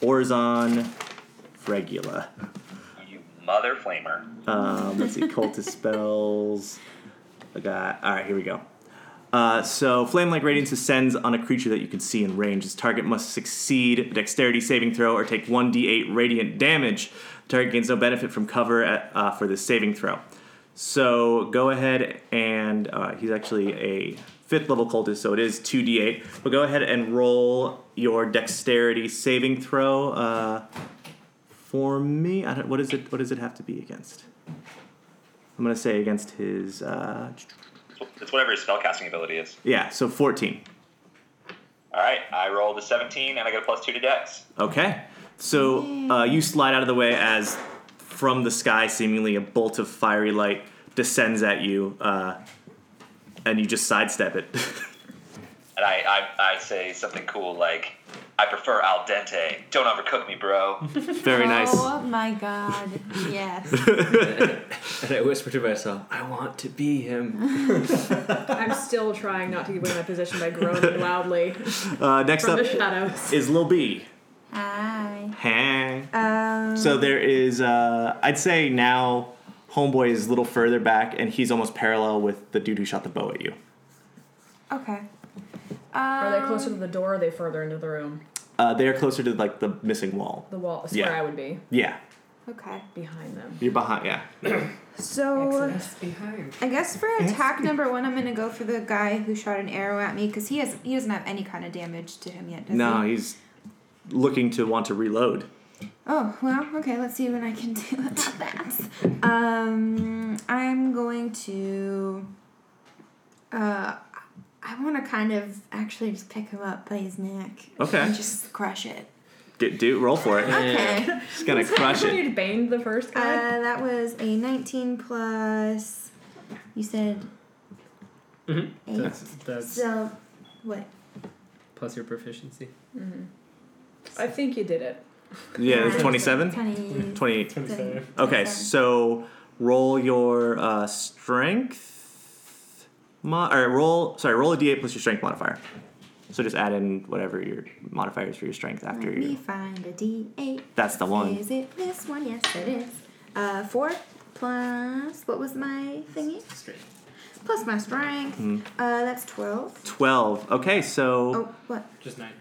S4: Orzon Regula.
S8: You mother flamer.
S4: Um, let's see, cultist spells. I got. All right, here we go. Uh, so, flame like radiance ascends on a creature that you can see in range. This target must succeed a dexterity saving throw or take 1d8 radiant damage. The target gains no benefit from cover at, uh, for this saving throw. So, go ahead and uh, he's actually a fifth level cultist, so it is 2d8. But go ahead and roll your dexterity saving throw uh, for me. I don't, what, is it, what does it have to be against? I'm going to say against his. Uh,
S8: It's whatever his spellcasting ability is.
S4: yeah, so 14.
S8: All right, I rolled a 17 and I got a plus two to dex.
S4: Okay. So uh, you slide out of the way as from the sky, seemingly a bolt of fiery light descends at you, uh, and you just sidestep it. *laughs*
S8: And I, I, I say something cool like, I prefer al dente. Don't overcook me, bro.
S4: Very nice.
S6: Oh my god. Yes.
S4: *laughs*
S10: And I whisper to myself, I want to be him.
S6: *laughs*
S5: I'm still trying not to give away my position
S4: *laughs*
S5: by groaning loudly
S4: Uh, next
S5: from
S4: up
S5: the shadows.
S4: is Lil B.
S6: Hi.
S4: Hang.
S6: Um,
S4: So there is, uh, I'd say now Homeboy is a little further back, and he's almost parallel with the dude who shot the bow at you.
S6: okay.
S5: Are they closer to the door? Or are they further into the room?
S4: Uh, they are closer to like the missing wall.
S5: The wall is where
S4: Yeah.
S5: I would be
S4: Yeah,
S6: Okay.
S5: behind them.
S4: you're behind. Yeah.
S6: So
S7: Exodus behind.
S6: I guess for attack number one, I'm gonna go for the guy who shot an arrow at me because he has he doesn't have any kind of damage to him yet. Does
S4: No,
S6: He?
S4: he's looking to want to reload.
S6: Oh well. Okay. Let's see what I can *laughs* do about that. Um, I'm going to. Uh, I want to kind of actually just pick him up by his neck.
S4: Okay.
S6: And just crush it.
S4: Get, do roll for it.
S6: Okay.
S4: *laughs* Just
S5: *laughs*
S4: gonna crush
S5: Remember
S4: it.
S5: you'd banged the first
S6: Uh,
S5: guy?
S6: that was a 19 plus. You said. Eight.
S7: That's
S6: so, what?
S10: Plus your proficiency.
S5: I think you did it.
S4: Yeah, it's 27?
S6: 20.
S4: 28.
S7: Twenty-seven.
S4: Okay, so roll your uh, strength. Mo- or roll, sorry, roll a d8 plus your strength modifier. So just add in whatever your modifier is for your strength after
S6: Let me
S4: your.
S6: find a D8.
S4: That's the one.
S6: Is it this one? Yes, it is. Uh, four plus what was my thingy? Plus my strength.
S4: Hmm.
S6: Uh, that's twelve.
S4: 12. Okay, so.
S6: Oh, what?
S7: Just nine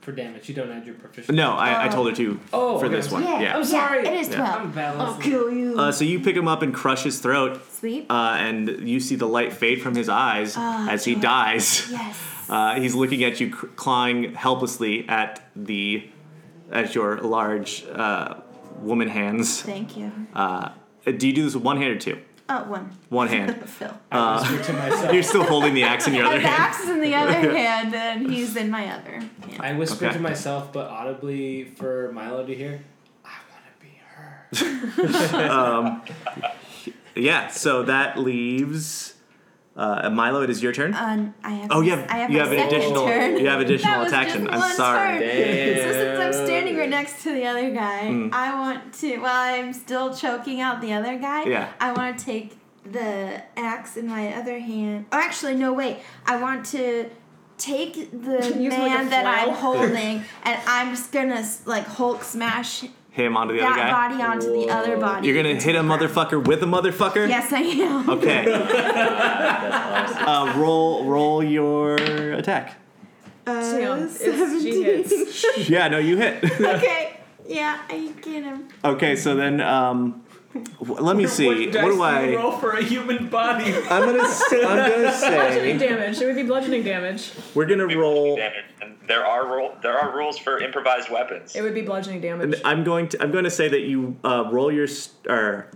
S7: for damage. You don't add your proficiency.
S4: No, I, I
S6: Oh.
S4: told her to
S7: Oh,
S4: for
S7: okay.
S4: this one.
S6: Yeah.
S7: I'm
S4: Yeah.
S7: sorry.
S6: it is
S4: Yeah.
S6: twelve.
S7: I'm bad.
S6: I'll kill you.
S4: Uh, so you pick him up and crush his throat,
S6: Sweet.
S4: uh, and you see the light fade from his eyes
S6: Ah,
S4: as he
S6: joy.
S4: dies.
S6: yes.
S4: Uh, he's looking at you, cr- clawing helplessly at the at your large uh, woman hands.
S6: Thank you.
S4: Uh, do you do this with one hand or two?
S6: Oh, one.
S4: One hand.
S6: *laughs* Phil.
S7: I whisper to
S4: *laughs*
S7: myself.
S4: You're still holding the axe in
S6: *laughs*
S4: your
S6: Uh,
S4: other
S6: the
S4: hand.
S6: axe is in
S4: *laughs*
S6: the other hand, and he's in my other hand.
S7: I whisper
S4: Okay.
S7: to myself, but audibly for Milo to hear. I want to be her.
S4: Um, Yeah. So that leaves uh, Milo. It is your turn.
S6: Um, I have.
S4: oh, you
S6: I
S4: have
S6: have,
S4: you
S6: my
S4: have an
S6: second
S4: additional
S6: turn.
S4: you have
S6: *laughs* That
S4: additional
S6: was
S4: attack
S6: just
S4: action. I'm
S6: one
S4: sorry.
S6: *laughs* turn. So since I'm standing right next to the other guy,
S4: Hmm.
S6: I want to. While I'm still choking out the other guy,
S4: Yeah.
S6: I want to take the axe in my other hand. Oh, actually, no, wait. I want to take
S5: *laughs*
S6: the
S5: him like a
S6: man that I'm
S5: flail.
S6: holding, and I'm just gonna like Hulk smash
S4: Hit him onto the
S6: that
S4: other guy.
S6: body onto the other body.
S4: You're gonna
S6: into
S4: hit
S6: the
S4: a
S6: ground.
S4: motherfucker with a motherfucker.
S6: Yes, I am. *laughs*
S4: Okay. uh, roll roll your attack.
S6: Uh,
S5: Damn, it's- she hits.
S4: *laughs* Yeah. No, you hit.
S6: Oh, okay. Yeah, I get him.
S2: Okay, so then um, w- let me see. What,
S7: dice
S2: do
S7: you
S2: I?
S7: roll for a human body?
S2: I'm gonna. s- I'm gonna
S5: Bludgeoning
S2: say
S5: damage. It would be bludgeoning damage.
S4: We're gonna roll.
S8: Damage. And there are rule, there are rules for improvised weapons.
S5: It would be bludgeoning damage. Do
S4: I'm going to. I'm going to say that you uh, roll your. St- or,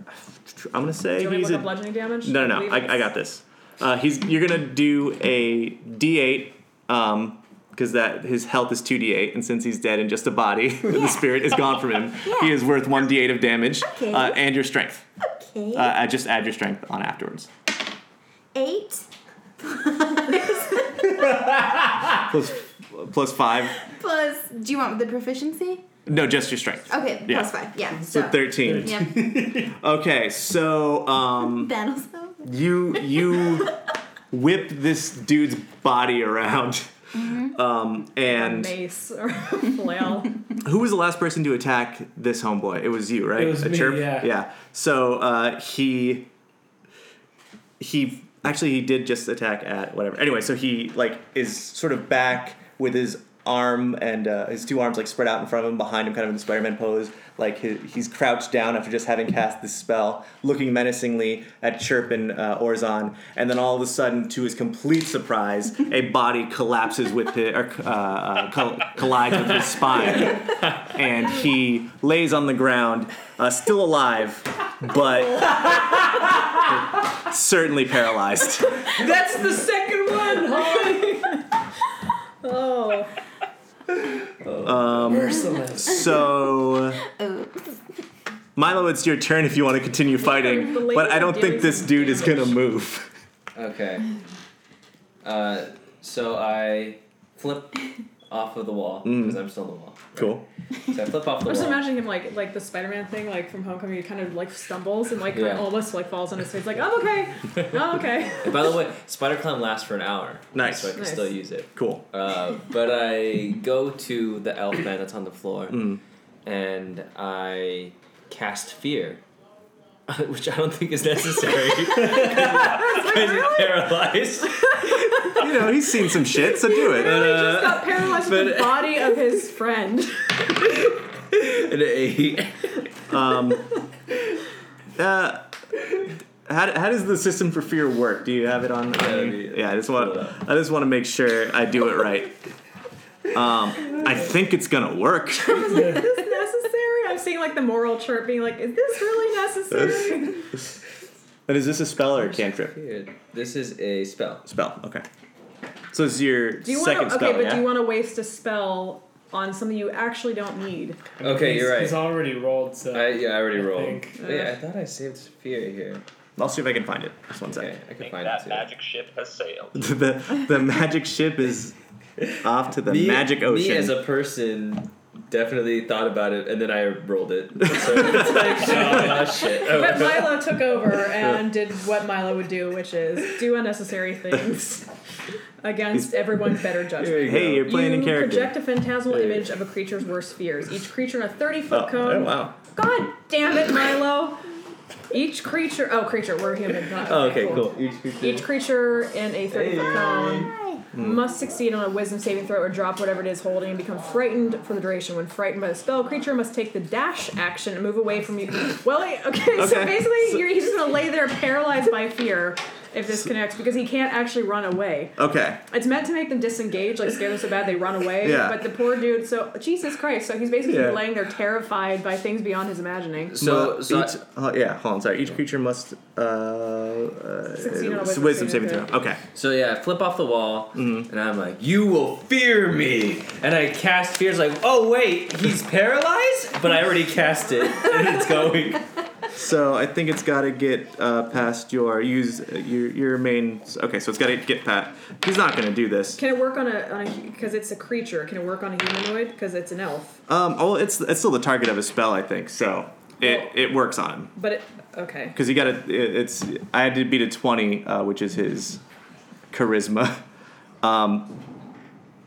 S4: I'm going to say
S5: you want me to
S4: he's a.
S5: look up bludgeoning damage?
S4: No, no, no.
S5: believe
S4: I,
S5: it's-
S4: I got this. Uh, he's you're gonna do a D8, um, because that his health is two D8, and since he's dead and just a body, *laughs* the spirit is gone from him. He is worth one D8 of damage,
S6: Okay.
S4: uh, and your strength.
S6: Okay.
S4: Uh, I just add your strength on afterwards. *laughs*
S6: Eight *laughs*
S4: Plus, plus five.
S6: plus. Do you want the proficiency?
S4: No, just your strength.
S6: Okay,
S4: Yeah.
S6: plus five. Yeah.
S4: So
S6: So.
S4: thirteen.
S7: *laughs*
S6: Yep.
S4: Okay, so um,
S6: Battles over.
S4: you
S6: *laughs*
S4: you whip this dude's body around,
S6: Mm-hmm.
S4: um, and.
S5: Mace or *laughs* flail.
S4: Who was the last person to attack this homeboy? It was you, right?
S7: It was me, yeah.
S4: So uh, he he actually he did just attack at whatever. Anyway, so he like is sort of back with his arm and uh, his two arms like spread out in front of him, behind him, kind of in the Spider-Man pose. Like he he's crouched down after just having cast this spell, looking menacingly at Chirp and uh, Orzon, and then all of a sudden, to his complete surprise, a body collapses with his or uh, uh, col- collides with his spine and he lays on the ground, uh, still alive, but certainly paralyzed.
S5: That's the second one, Holly! *laughs* oh.
S7: Merciless.
S4: So,
S6: Oh.
S4: Milo, it's your turn if you want to continue fighting,
S5: the lady
S4: but I don't
S5: doing
S4: think this
S5: some
S4: dude is gonna
S5: damage.
S4: move.
S10: Okay. Uh, so I flip off of the wall because I'm still on the wall. right?
S4: Cool.
S10: So I flip off Mm. the
S5: I'm just
S10: wall.
S5: imagining him like like the Spider-Man thing, like from Homecoming. He kind of like stumbles and like
S10: Yeah.
S5: almost like falls on his face, like I'm okay,
S4: *laughs*
S5: I'm okay.
S10: And by the way, spider climb lasts for an hour.
S4: Nice.
S10: So I can
S5: Nice.
S10: still use it.
S4: Cool.
S10: Uh, but I go to the elf man that's on the floor, and I cast fear, which I don't think is necessary because he's paralyzed.
S4: You know, he's seen some shit, so do it.
S5: He just got paralyzed with the body
S4: *laughs*
S5: of his friend. *laughs*
S10: And I-
S4: Uh, how, how does the system for fear work? Do you have it on?
S10: Yeah,
S4: on
S10: let
S4: you?
S10: me-
S4: yeah I just
S10: pull
S4: want
S10: it up.
S4: I just want to make sure I do it right. Um, I think it's gonna work.
S5: is this necessary? I'm seeing like the moral chirp being like, is this
S4: *laughs*
S5: really necessary?
S4: And is this a spell or a cantrip?
S10: Fear. This is a spell.
S4: Spell. Okay. So it's your
S5: Do you want
S4: second
S5: to? Okay,
S4: spell.
S5: but
S4: yeah?
S5: do you want to waste a spell on something you actually don't need?
S10: Okay,
S7: He's-
S10: you're right.
S7: He's already rolled, so.
S10: I, yeah, I already rolled.
S7: think.
S10: Wait, I thought I saved fear here.
S4: I'll see if I can find it. Just one
S10: Okay,
S4: second.
S10: I can
S8: Think
S10: find
S8: that
S10: it too.
S8: magic ship has
S4: *laughs*
S8: sailed.
S4: the the magic
S10: *laughs*
S4: ship is off to the magic ocean.
S10: Me as a person definitely thought about it, and then I rolled it. So it's like, oh, shit.
S5: But
S10: Oh,
S5: Milo
S4: *laughs*
S5: took over and did what Milo would do, which is do unnecessary
S4: *laughs*
S5: things against everyone's better
S10: here
S5: judgment.
S10: you
S4: hey,
S10: go.
S4: you're playing
S5: you
S4: in character.
S5: project a phantasmal
S10: There you
S5: image of a creature's worst fears. Each creature in a 30 foot
S4: oh,
S5: cone.
S4: oh, wow.
S5: God damn it, Milo! Each creature. Oh, creature. We're human. Not,
S10: Oh, okay, cool. Each creature.
S5: Each creature in a 30 foot
S10: Hey.
S5: cone must succeed on a wisdom saving throw or drop whatever it is holding and become frightened for the duration. When frightened by the spell, creature must take the dash action and move away
S4: *laughs*
S5: from you. Well, okay, so
S4: Okay.
S5: basically,
S4: So-
S5: you're, he's just gonna lay there paralyzed by fear if this connects because he can't actually run away.
S4: Okay.
S5: It's meant to make them disengage, like scare them so bad they run away.
S4: Yeah.
S5: But the poor dude, so Jesus Christ, so he's basically
S4: Yeah.
S5: laying there terrified by things beyond his imagining.
S10: So,
S4: Mu-
S10: so
S4: each, oh, yeah, hold on, sorry. Each creature must uh, uh,
S5: Succeed on a wisdom
S4: wisdom saving
S5: saving
S4: throw. Okay.
S10: So yeah, I flip off the wall, and I'm like, "You will fear me," and I cast fears like, "Oh wait, he's paralyzed," but I already cast it, and it's going.
S4: So I think it's got to get uh, past your use uh, your your main. Okay, so it's got to get past. He's not gonna do this.
S5: Can it work on a on a because it's a creature? Can it work on a humanoid because it's an elf?
S4: Um, oh, it's it's still the target of a spell, I think. So it it works on him
S5: But it, okay.
S4: because he got a, it. It's I had to beat a twenty, uh, which is his charisma. Um,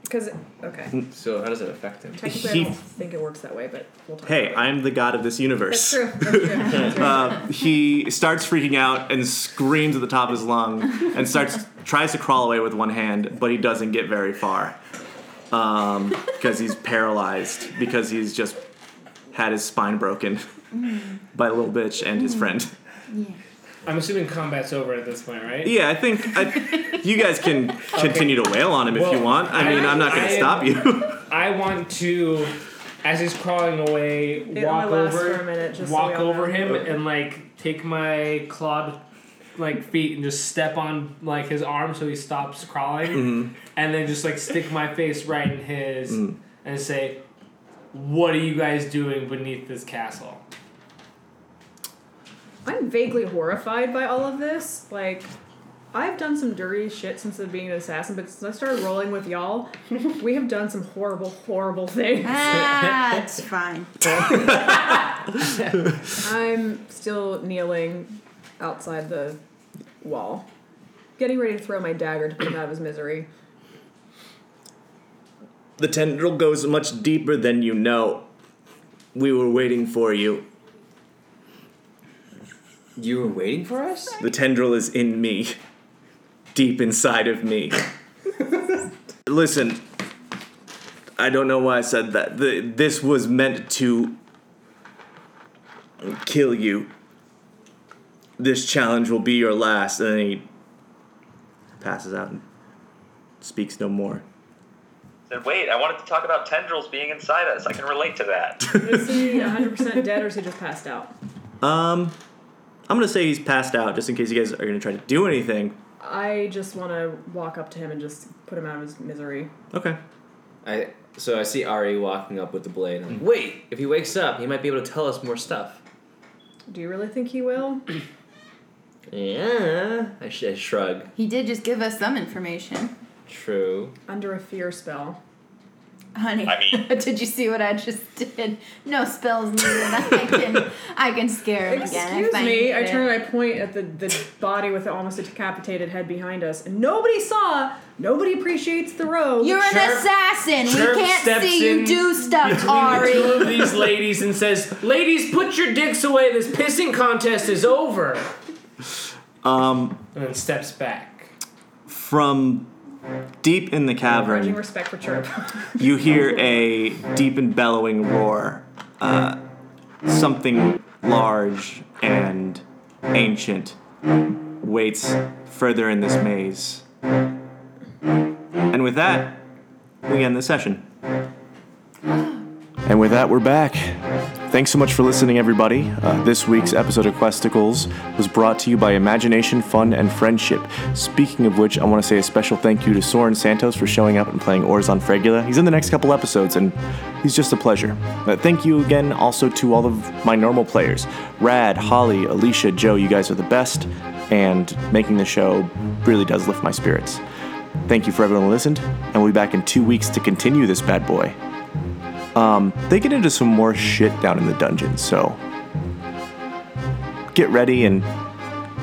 S5: Because okay,
S10: So how does it affect him?
S5: technically
S4: He-
S5: I don't think it works that way, but we'll
S4: *laughs* *laughs*
S5: talk.
S4: hey,
S5: about it.
S4: I'm the god of this universe.
S5: That's true. That's true. That's true.
S4: Uh, he starts freaking out and screams at the top of his lung and starts tries to crawl away with one hand, but he doesn't get Um, very far because he's paralyzed because he's just had his spine broken
S5: Mm.
S4: by a little bitch and his friend.
S6: Yeah.
S7: *laughs* I'm assuming combat's over at this point, right?
S4: Yeah, I think I, you guys
S7: *laughs*
S4: can continue to wail on him if you
S7: Well,
S4: want. I mean, I'm not going
S7: I
S4: to
S7: am-
S4: stop you.
S7: I want to, as he's crawling away,
S5: It
S7: walk
S5: only lasts
S7: over,
S5: for a minute, just so
S7: walk
S5: we all
S7: over
S5: know.
S7: him, and like take my clawed like feet and just step on like his arm so he stops crawling,
S10: Mm-hmm.
S7: and then just like stick my face right in his
S10: Mm.
S7: and say, "What are you guys doing beneath this castle?"
S5: I'm vaguely horrified by all of this. Like, I've done some dirty shit since the being an assassin, but since I started rolling with y'all, we have done some horrible, horrible things.
S6: *laughs* Ah, it's fine.
S5: I'm still kneeling outside the wall, getting ready to throw my dagger to put him out of his misery.
S4: the tendril goes much deeper than you know. We were waiting for you.
S10: You were waiting for us?
S4: The tendril is in me, deep inside
S10: *laughs*
S4: of me. Listen, I don't know why I said that. The, this was meant to kill you. This challenge will be your last. And then he passes out and speaks no more.
S8: Said, wait, I wanted to talk about tendrils being inside us. I can relate to that.
S5: Is he 100% dead or is he just passed out?
S4: Um, I'm gonna say he's passed out, just in case you guys are gonna try to do anything.
S5: I just want to walk up to him and just put him out of his misery.
S4: Okay.
S10: *laughs* I so I see Ari walking up with the blade. I'm like, wait, if he wakes up, he might be able to tell us more stuff.
S5: Do you really think he will? *clears throat*
S10: Yeah. I, sh- I shrug.
S6: He did just give us some information.
S10: True.
S5: Under a fear spell.
S6: Honey,
S8: I
S6: *laughs*
S8: mean-
S6: did you see what I just did? No spells needed. I
S7: *laughs*
S6: can, I can scare him again.
S5: Excuse
S6: if I
S5: me.
S6: need
S5: I
S6: it.
S5: turn and I point at the, the body with the almost decapitated head behind us, and nobody saw. Nobody appreciates the rogue.
S6: You're an
S7: Chirp-
S6: assassin.
S7: Chirp
S6: we can't
S7: steps
S6: see you
S7: in
S6: do stuff,
S7: Two
S6: Ari.
S7: of these ladies and says, "Ladies, put your dicks away. This pissing contest is over."
S4: Um,
S7: And then steps back.
S4: from deep in the
S5: Grudging
S4: cavern,
S5: respect for Chirp. *laughs*
S4: you hear a deep and bellowing roar. Uh, something large and ancient waits further in this maze. And with that, we end the session. And with that, we're back. Thanks so much for listening, everybody. Uh, this week's episode of Questicles was brought to you by Imagination, Fun, and Friendship. Speaking of which, I want to say a special thank you to Soren Santos for showing up and playing Orzon Fregula. He's in the next couple episodes, and he's just a pleasure. Uh, thank you again also to all of my normal players Rad, Holly, Alicia, Joe. You guys are the best, and making the show really does lift my spirits. Thank you for everyone who listened, and we'll be back in two weeks to continue this bad boy they get into some more shit down in the dungeon, so get ready and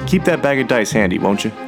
S4: keep that bag of dice handy, won't you?